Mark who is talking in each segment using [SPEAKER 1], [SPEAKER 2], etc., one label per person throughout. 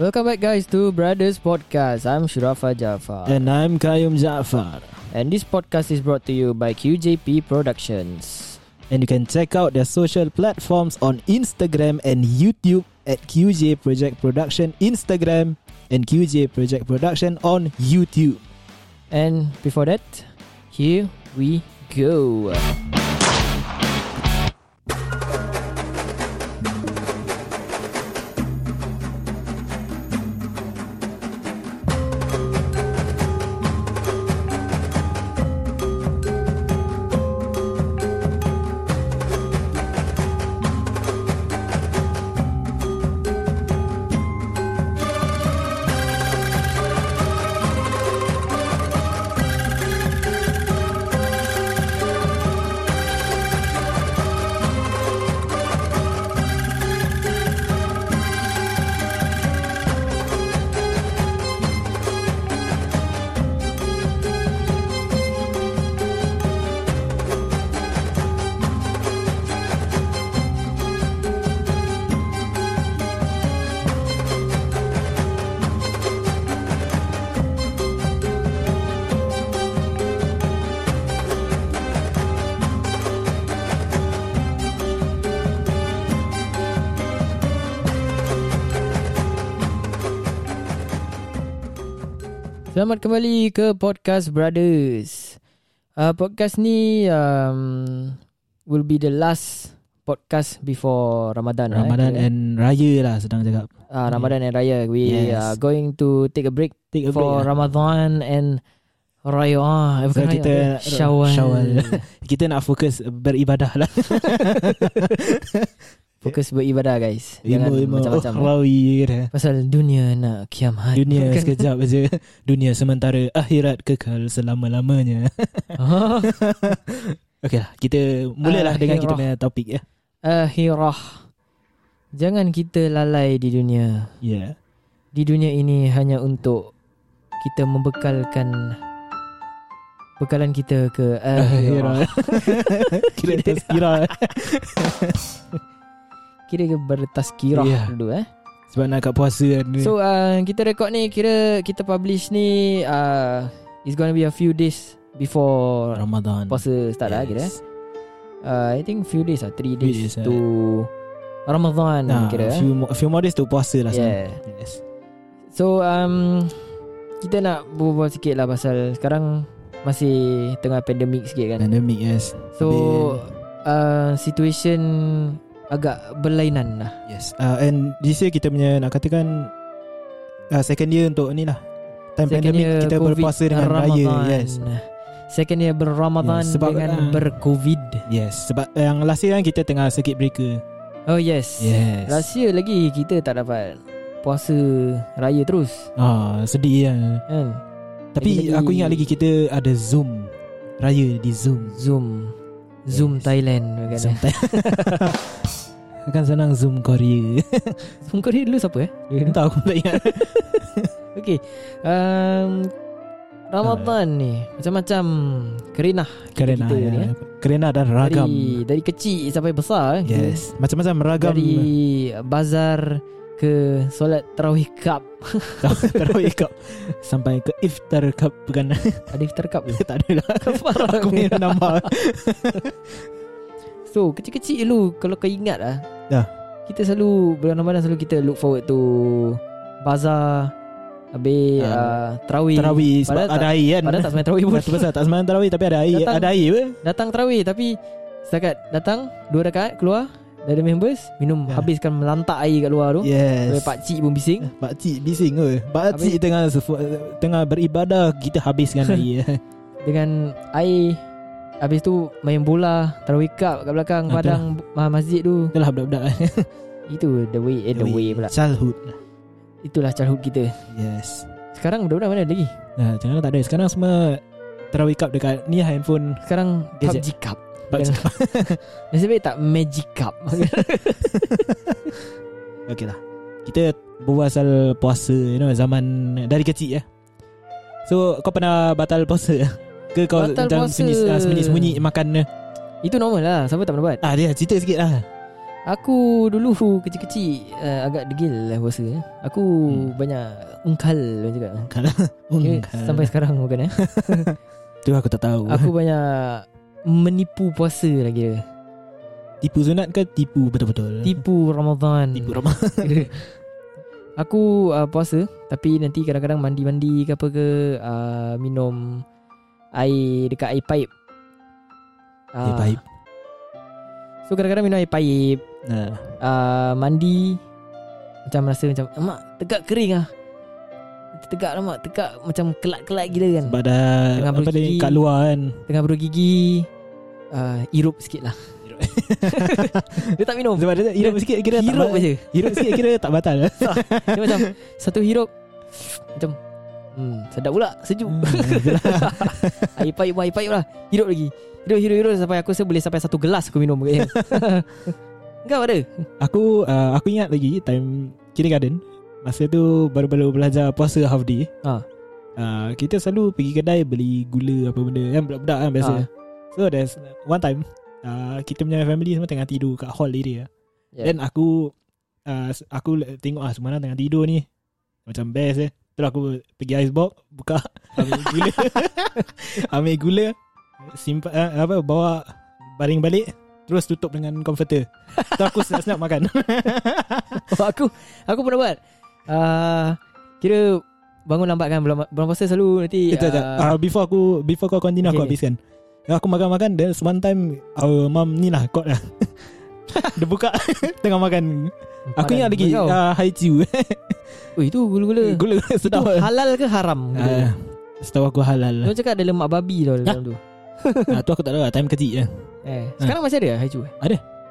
[SPEAKER 1] Welcome back guys to Brothers Podcast. I'm Shurafa Jafar.
[SPEAKER 2] And I'm Kayum Jaafar.
[SPEAKER 1] And this podcast is brought to you by QJP Productions.
[SPEAKER 2] And you can check out their social platforms on Instagram and YouTube at QJ Project Production Instagram and QJ Project Production on YouTube.
[SPEAKER 1] And before that, here we go. Selamat kembali ke Podcast Brothers. Uh, podcast ni um, will be the last podcast before Ramadan.
[SPEAKER 2] Ramadan
[SPEAKER 1] right?
[SPEAKER 2] and Raya lah sedang cakap.
[SPEAKER 1] uh, Ramadan and Raya. We
[SPEAKER 2] Yes.
[SPEAKER 1] are going to take a break
[SPEAKER 2] Take a
[SPEAKER 1] for
[SPEAKER 2] break. lah.
[SPEAKER 1] Ramadan and Raya. Ah, eh, bukan
[SPEAKER 2] So
[SPEAKER 1] Raya,
[SPEAKER 2] kita
[SPEAKER 1] eh, Syawal.
[SPEAKER 2] Syawal. Kita nak fokus beribadah lah.
[SPEAKER 1] Fokus beribadah guys. Jangan
[SPEAKER 2] Ilmu-ilmu
[SPEAKER 1] macam-macam.
[SPEAKER 2] ukhrawi kan.
[SPEAKER 1] Pasal dunia nak Kan? kiamat.
[SPEAKER 2] Dunia
[SPEAKER 1] eh. Bukan.
[SPEAKER 2] sekejap je Dunia sementara Akhirat kekal selama-lamanya
[SPEAKER 1] Ah,
[SPEAKER 2] Okey lah Kita mulalah dengan
[SPEAKER 1] Akhirah.
[SPEAKER 2] kita punya topik ya
[SPEAKER 1] Akhirah. Jangan kita lalai di dunia.
[SPEAKER 2] Yeah
[SPEAKER 1] Di dunia ini hanya untuk kita membekalkan bekalan kita ke akhirah.
[SPEAKER 2] Akhirah Eh, Kira eh. terkira
[SPEAKER 1] Kira ke bertazkirah
[SPEAKER 2] Ya.
[SPEAKER 1] yeah. dulu eh.
[SPEAKER 2] Sebab nak kat puasa kan
[SPEAKER 1] So uh, kita record ni kira kita publish ni uh, it's gonna be a few days before
[SPEAKER 2] Ramadan
[SPEAKER 1] puasa start yes. lah kira. eh. Uh, I think few days lah, three
[SPEAKER 2] Few
[SPEAKER 1] days,
[SPEAKER 2] days, eh?
[SPEAKER 1] to Ramadan
[SPEAKER 2] Nah,
[SPEAKER 1] kira. eh.
[SPEAKER 2] few, mo- few more days tu puasa lah sekarang.
[SPEAKER 1] Yeah.
[SPEAKER 2] Yes
[SPEAKER 1] So um, kita nak berbual sikit lah pasal sekarang masih tengah pandemik sikit kan.
[SPEAKER 2] Pandemic yes
[SPEAKER 1] So uh, situation agak berlainan lah.
[SPEAKER 2] Yes uh, And this year kita punya nak katakan uh, Second year untuk ni lah Time pandemic
[SPEAKER 1] year
[SPEAKER 2] kita
[SPEAKER 1] COVID,
[SPEAKER 2] berpuasa dengan raya Yes
[SPEAKER 1] Second year berramadan
[SPEAKER 2] Yes, sebab,
[SPEAKER 1] dengan
[SPEAKER 2] uh,
[SPEAKER 1] bercovid.
[SPEAKER 2] Yes Sebab yang last year kan kita tengah circuit breaker
[SPEAKER 1] Oh yes.
[SPEAKER 2] Yes
[SPEAKER 1] Last year lagi kita tak dapat puasa raya terus
[SPEAKER 2] Ah, sedih ya.
[SPEAKER 1] kan.
[SPEAKER 2] Tapi
[SPEAKER 1] Lagi-lagi-
[SPEAKER 2] aku ingat lagi kita ada Zoom Raya di Zoom
[SPEAKER 1] Zoom Zoom
[SPEAKER 2] Yes.
[SPEAKER 1] Thailand kan.
[SPEAKER 2] Sometimes Kan senang Zoom Korea
[SPEAKER 1] Zoom Korea dulu siapa eh?
[SPEAKER 2] Entah aku tak ingat
[SPEAKER 1] Okey. Um, Ramadan ni macam-macam kerenah
[SPEAKER 2] Kerana
[SPEAKER 1] kita ni,
[SPEAKER 2] ya.
[SPEAKER 1] eh.
[SPEAKER 2] Kerana dan ragam
[SPEAKER 1] dari dari kecil sampai besar eh.
[SPEAKER 2] Yes Macam-macam ragam
[SPEAKER 1] Dari bazar ke solat tarawih cup.
[SPEAKER 2] Tarawih cup Sampai ke iftar cup Bukan
[SPEAKER 1] Ada iftar cup ke?
[SPEAKER 2] Tak ada lah Aku punya nama
[SPEAKER 1] So kecil-kecil dulu Kalau kau ingat lah
[SPEAKER 2] Ya.
[SPEAKER 1] Kita selalu Bulan Ramadan selalu kita look forward to Bazar Habis
[SPEAKER 2] Ah,
[SPEAKER 1] uh, Terawih
[SPEAKER 2] Tarawih Sebab
[SPEAKER 1] Padahal tak-
[SPEAKER 2] ada air kan
[SPEAKER 1] Padahal tak sempat terawih pun
[SPEAKER 2] Satu besar tak semalam tarawih Tapi ada air
[SPEAKER 1] Datang-
[SPEAKER 2] Ada air pun
[SPEAKER 1] Datang terawih Tapi Setakat datang Dua rakaat keluar Dari members Minum
[SPEAKER 2] Ya.
[SPEAKER 1] habiskan melantak air kat luar tu
[SPEAKER 2] Yes
[SPEAKER 1] Sampai pakcik pun bising
[SPEAKER 2] Pakcik bising ke
[SPEAKER 1] Habis-
[SPEAKER 2] Pakcik tengah Tengah beribadah Kita habiskan air
[SPEAKER 1] Dengan air Habis tu main bola Terawih cup kat belakang
[SPEAKER 2] Ah,
[SPEAKER 1] Padang ma- masjid tu
[SPEAKER 2] Itulah budak-budak kan
[SPEAKER 1] Itu the way Eh the, way. pula
[SPEAKER 2] Childhood
[SPEAKER 1] Itulah childhood kita
[SPEAKER 2] Yes
[SPEAKER 1] Sekarang budak-budak mana ada lagi
[SPEAKER 2] Nah, sekarang tak ada Sekarang semua Terawih cup dekat Ni handphone
[SPEAKER 1] Sekarang PUBG
[SPEAKER 2] Gadget.
[SPEAKER 1] Cup
[SPEAKER 2] Pakcik
[SPEAKER 1] Nasib baik tak Magic Cup
[SPEAKER 2] Okey lah Kita berbual pasal puasa You know zaman Dari kecil ya So kau pernah batal puasa Ke kau
[SPEAKER 1] Batal
[SPEAKER 2] macam
[SPEAKER 1] puasa.
[SPEAKER 2] sembunyi- ah, Sembunyi-sembunyi makan
[SPEAKER 1] Itu normal lah Siapa tak pernah buat
[SPEAKER 2] Ah dia cerita sikit lah
[SPEAKER 1] Aku dulu kecil-kecil uh, agak degil lah bahasa. eh. Aku hmm. banyak ungkal orang cakap.
[SPEAKER 2] Kalau
[SPEAKER 1] Okay,
[SPEAKER 2] Ungkal.
[SPEAKER 1] sampai sekarang bukan eh.
[SPEAKER 2] Hmm, tu aku tak tahu.
[SPEAKER 1] Aku banyak menipu puasa lah lagi.
[SPEAKER 2] tipu sunat ke tipu betul-betul?
[SPEAKER 1] Tipu Ramadan.
[SPEAKER 2] tipu ramah.
[SPEAKER 1] Aku uh, puasa Tapi nanti kadang-kadang mandi-mandi ke apa ke uh, Minum Air dekat air paip Ah.
[SPEAKER 2] Uh. Eh, baik.
[SPEAKER 1] So kadang-kadang minum air paip
[SPEAKER 2] Nah.
[SPEAKER 1] uh, Mandi Macam rasa macam Mak tegak kering ah Tegak lah mak Tegak macam kelak-kelak gila kan
[SPEAKER 2] Sebab dah
[SPEAKER 1] Tengah
[SPEAKER 2] apa
[SPEAKER 1] pergi.
[SPEAKER 2] ni kat luar kan.
[SPEAKER 1] Tengah berus gigi uh, Irup sikit lah Dia tak minum
[SPEAKER 2] Sebab dia tak- hirup sikit kira tak eh?
[SPEAKER 1] Hirup
[SPEAKER 2] batal.
[SPEAKER 1] je
[SPEAKER 2] Hirup sikit kira tak batal. eh?
[SPEAKER 1] Dia macam Satu hirup Macam Hmm, sedap pula Sejuk
[SPEAKER 2] Hmm,
[SPEAKER 1] Air payup Air payup lah Hidup lagi Hidup hidup hidup Sampai aku rasa boleh sampai Satu gelas aku minum kat Engkau ada
[SPEAKER 2] aku uh, aku ingat lagi time kindergarten. Masa tu baru-baru belajar puasa half day.
[SPEAKER 1] Ah.
[SPEAKER 2] Uh, kita selalu pergi kedai beli gula apa benda kan budak-budak kan biasa.
[SPEAKER 1] Ah.
[SPEAKER 2] So there's one time uh, kita punya family semua tengah tidur kat hall
[SPEAKER 1] Yeah.
[SPEAKER 2] area. Yeah. Then aku uh, s- aku le- tengok ah Sumana tengah tidur ni. Macam best eh. Terus aku pergi icebox buka ambil gula. ambil gula simpan uh, apa bawa baring balik terus tutup dengan comforter. Terus aku senyap-senyap makan.
[SPEAKER 1] oh, Aku Aku pernah buat uh, Kira Bangun lambat kan Bulan, bulan puasa selalu Nanti
[SPEAKER 2] Itu aja.
[SPEAKER 1] ah,
[SPEAKER 2] Uh, before aku before kau continue aku
[SPEAKER 1] Okay.
[SPEAKER 2] habiskan. Ya, aku makan-makan There's one time Our mum ni lah Caught lah Dia buka Tengah makan Aku
[SPEAKER 1] padan
[SPEAKER 2] ingat lagi
[SPEAKER 1] kau.
[SPEAKER 2] uh, Haijiu
[SPEAKER 1] Ui tu gula-gula
[SPEAKER 2] Gula
[SPEAKER 1] Itu
[SPEAKER 2] sedap
[SPEAKER 1] halal ke haram
[SPEAKER 2] Ah,
[SPEAKER 1] uh,
[SPEAKER 2] Setahu aku halal lah
[SPEAKER 1] Dia cakap ada lemak babi tau Dalam tu
[SPEAKER 2] ah, Tu aku tak tahu lah Time kecil je
[SPEAKER 1] eh, Sekarang masih ada Haju eh?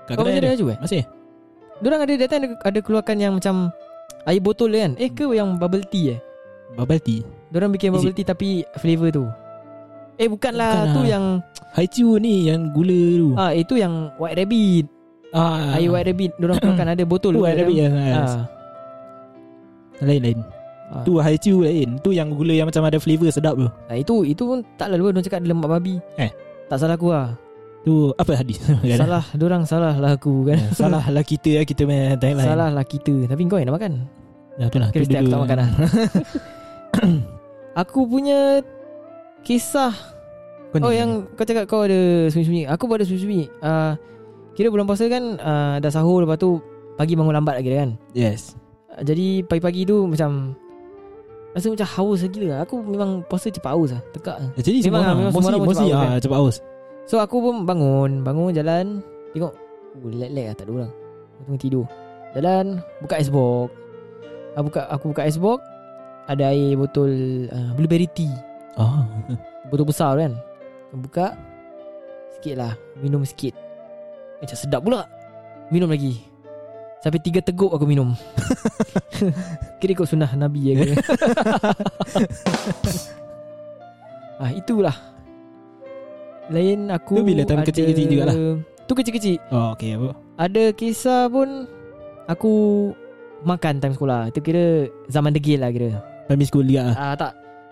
[SPEAKER 2] Kat
[SPEAKER 1] Kau masih
[SPEAKER 2] kedai
[SPEAKER 1] ada
[SPEAKER 2] ada
[SPEAKER 1] Haju eh
[SPEAKER 2] Masih
[SPEAKER 1] Diorang ada datang ada, ada keluarkan yang macam Air botol dia kan Eh ke yang bubble tea eh
[SPEAKER 2] Bubble tea
[SPEAKER 1] Diorang bikin
[SPEAKER 2] Is
[SPEAKER 1] bubble tea tapi flavour tu Eh bukan lah
[SPEAKER 2] Bukan
[SPEAKER 1] Tu
[SPEAKER 2] lah.
[SPEAKER 1] yang
[SPEAKER 2] Haijiu ni Yang gula tu
[SPEAKER 1] ah Itu yang white rabbit
[SPEAKER 2] ah,
[SPEAKER 1] Air white rabbit Diorang keluarkan ada botol tu
[SPEAKER 2] Tu air
[SPEAKER 1] dalam.
[SPEAKER 2] rabbit yang ah,
[SPEAKER 1] Ah,
[SPEAKER 2] Lain-lain
[SPEAKER 1] ah.
[SPEAKER 2] Tu haijiu lain Tu yang gula yang macam ada flavour sedap tu
[SPEAKER 1] Ah, Itu itu pun tak lah Diorang cakap ada lemak babi
[SPEAKER 2] Eh.
[SPEAKER 1] Tak salah aku lah
[SPEAKER 2] Tu apa hadis
[SPEAKER 1] Salah Diorang salah lah aku kan
[SPEAKER 2] Salah lah kita Kita main timeline
[SPEAKER 1] Salah lah kita Tapi kau yang nak makan
[SPEAKER 2] Ya tu lah
[SPEAKER 1] Okay,
[SPEAKER 2] tu
[SPEAKER 1] Setiap aku
[SPEAKER 2] dulu.
[SPEAKER 1] tak makan lah Aku punya Kisah
[SPEAKER 2] Kau
[SPEAKER 1] Oh
[SPEAKER 2] ni.
[SPEAKER 1] yang kau cakap kau ada sunyi-sunyi Aku pun ada sunyi-sunyi uh, Kira bulan puasa kan uh, Dah sahur lepas tu Pagi bangun lambat lagi kan
[SPEAKER 2] Yes
[SPEAKER 1] uh, Jadi pagi-pagi tu macam Rasa macam haus lagi lah Aku memang puasa cepat haus lah Tekak lah
[SPEAKER 2] Actually
[SPEAKER 1] Memang
[SPEAKER 2] semua
[SPEAKER 1] lah,
[SPEAKER 2] orang
[SPEAKER 1] memang
[SPEAKER 2] Mostly,
[SPEAKER 1] semua orang
[SPEAKER 2] mostly
[SPEAKER 1] cepat haus,
[SPEAKER 2] ah, cepat haus
[SPEAKER 1] So aku pun bangun Bangun jalan Tengok Oh lag-lag lah tak ada orang Aku tengah tidur Jalan Buka icebox aku buka, aku buka icebox Ada air botol uh, Blueberry tea
[SPEAKER 2] Oh
[SPEAKER 1] Botol besar tu kan Aku Buka Sikit lah Minum sikit Macam sedap pula Minum lagi Sampai tiga teguk aku minum Kira ikut sunnah Nabi ya kira. ah, Itulah Lain aku
[SPEAKER 2] Tu bila time
[SPEAKER 1] ada-
[SPEAKER 2] kecil-kecil jugalah.
[SPEAKER 1] Tu kecil-kecil
[SPEAKER 2] Oh okay apa
[SPEAKER 1] Ada kisah pun Aku Makan time sekolah Itu kira Zaman degil lah kira
[SPEAKER 2] Primary school juga lah
[SPEAKER 1] Ah tak.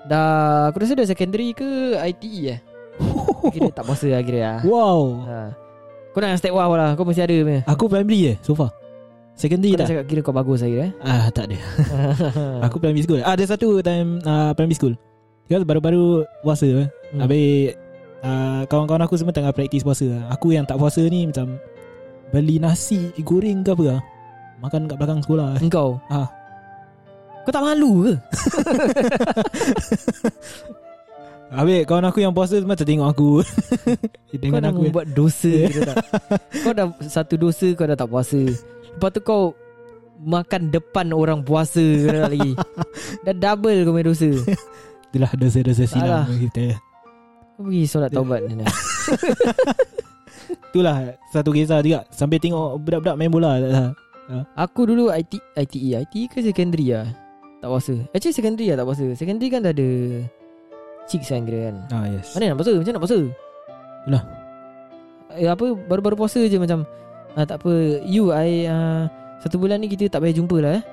[SPEAKER 1] Dah aku rasa dah secondary ke ITE eh.
[SPEAKER 2] Oh.
[SPEAKER 1] Kira tak puasa lah kira lah.
[SPEAKER 2] Wow
[SPEAKER 1] Ha. Kau nak yang step wow lah Kau mesti ada punya
[SPEAKER 2] Aku primary je So far Secondary
[SPEAKER 1] Kau nak
[SPEAKER 2] tak
[SPEAKER 1] cakap kira kau bagus lah kira eh.
[SPEAKER 2] Ah tak ada Aku primary school Ada satu time ah, Primary school Because baru-baru Puasa hmm.
[SPEAKER 1] Hmm.
[SPEAKER 2] Habis ah, Kawan-kawan aku semua Tengah praktis puasa Aku yang tak puasa ni Macam Beli nasi Goreng ke apa lah Makan kat belakang sekolah
[SPEAKER 1] Engkau
[SPEAKER 2] Ah.
[SPEAKER 1] Kau tak malu ke?
[SPEAKER 2] Habis kawan aku yang puasa Semua tertengok aku
[SPEAKER 1] kau
[SPEAKER 2] Dengan
[SPEAKER 1] dah
[SPEAKER 2] aku eh.
[SPEAKER 1] membuat dosa kira tak? Kau dah satu dosa kau dah tak puasa Lepas tu kau Makan depan orang puasa kira tak lagi Dah double kau punya dosa
[SPEAKER 2] Itulah dosa-dosa
[SPEAKER 1] Alah.
[SPEAKER 2] silam kita ya.
[SPEAKER 1] Kau pergi solat taubat ni dah.
[SPEAKER 2] Itulah satu kisah juga Sampai tengok budak-budak main bola
[SPEAKER 1] Aku dulu IT, ITE ITE ke secondary lah Tak puasa Actually secondary lah tak puasa Secondary kan dah ada Chicks kan kira kan
[SPEAKER 2] Ah yes
[SPEAKER 1] Mana nak puasa Macam nak puasa
[SPEAKER 2] Itulah.
[SPEAKER 1] eh, Apa Baru-baru puasa je macam ah, Tak apa You I ah, Satu bulan ni kita tak payah jumpa lah eh.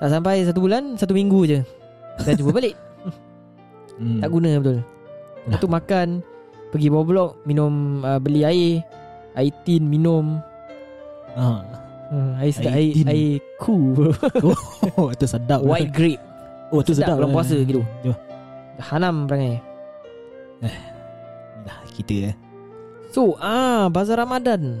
[SPEAKER 1] Tak sampai satu bulan Satu minggu je Dah jumpa balik
[SPEAKER 2] hmm.
[SPEAKER 1] Tak guna betul Lepas
[SPEAKER 2] Nah.
[SPEAKER 1] tu makan Pergi bawah blok Minum ah, Beli air Air tin minum
[SPEAKER 2] ah.
[SPEAKER 1] Hmm, air sedap
[SPEAKER 2] Air
[SPEAKER 1] air
[SPEAKER 2] tin.
[SPEAKER 1] air cool bro.
[SPEAKER 2] Oh tu sedap
[SPEAKER 1] White grape.
[SPEAKER 2] Oh tu
[SPEAKER 1] sedap
[SPEAKER 2] sedap
[SPEAKER 1] bulan puasa gitu.
[SPEAKER 2] Jom.
[SPEAKER 1] Hanam perangai.
[SPEAKER 2] Dah kita eh
[SPEAKER 1] So, ah bazar Ramadan.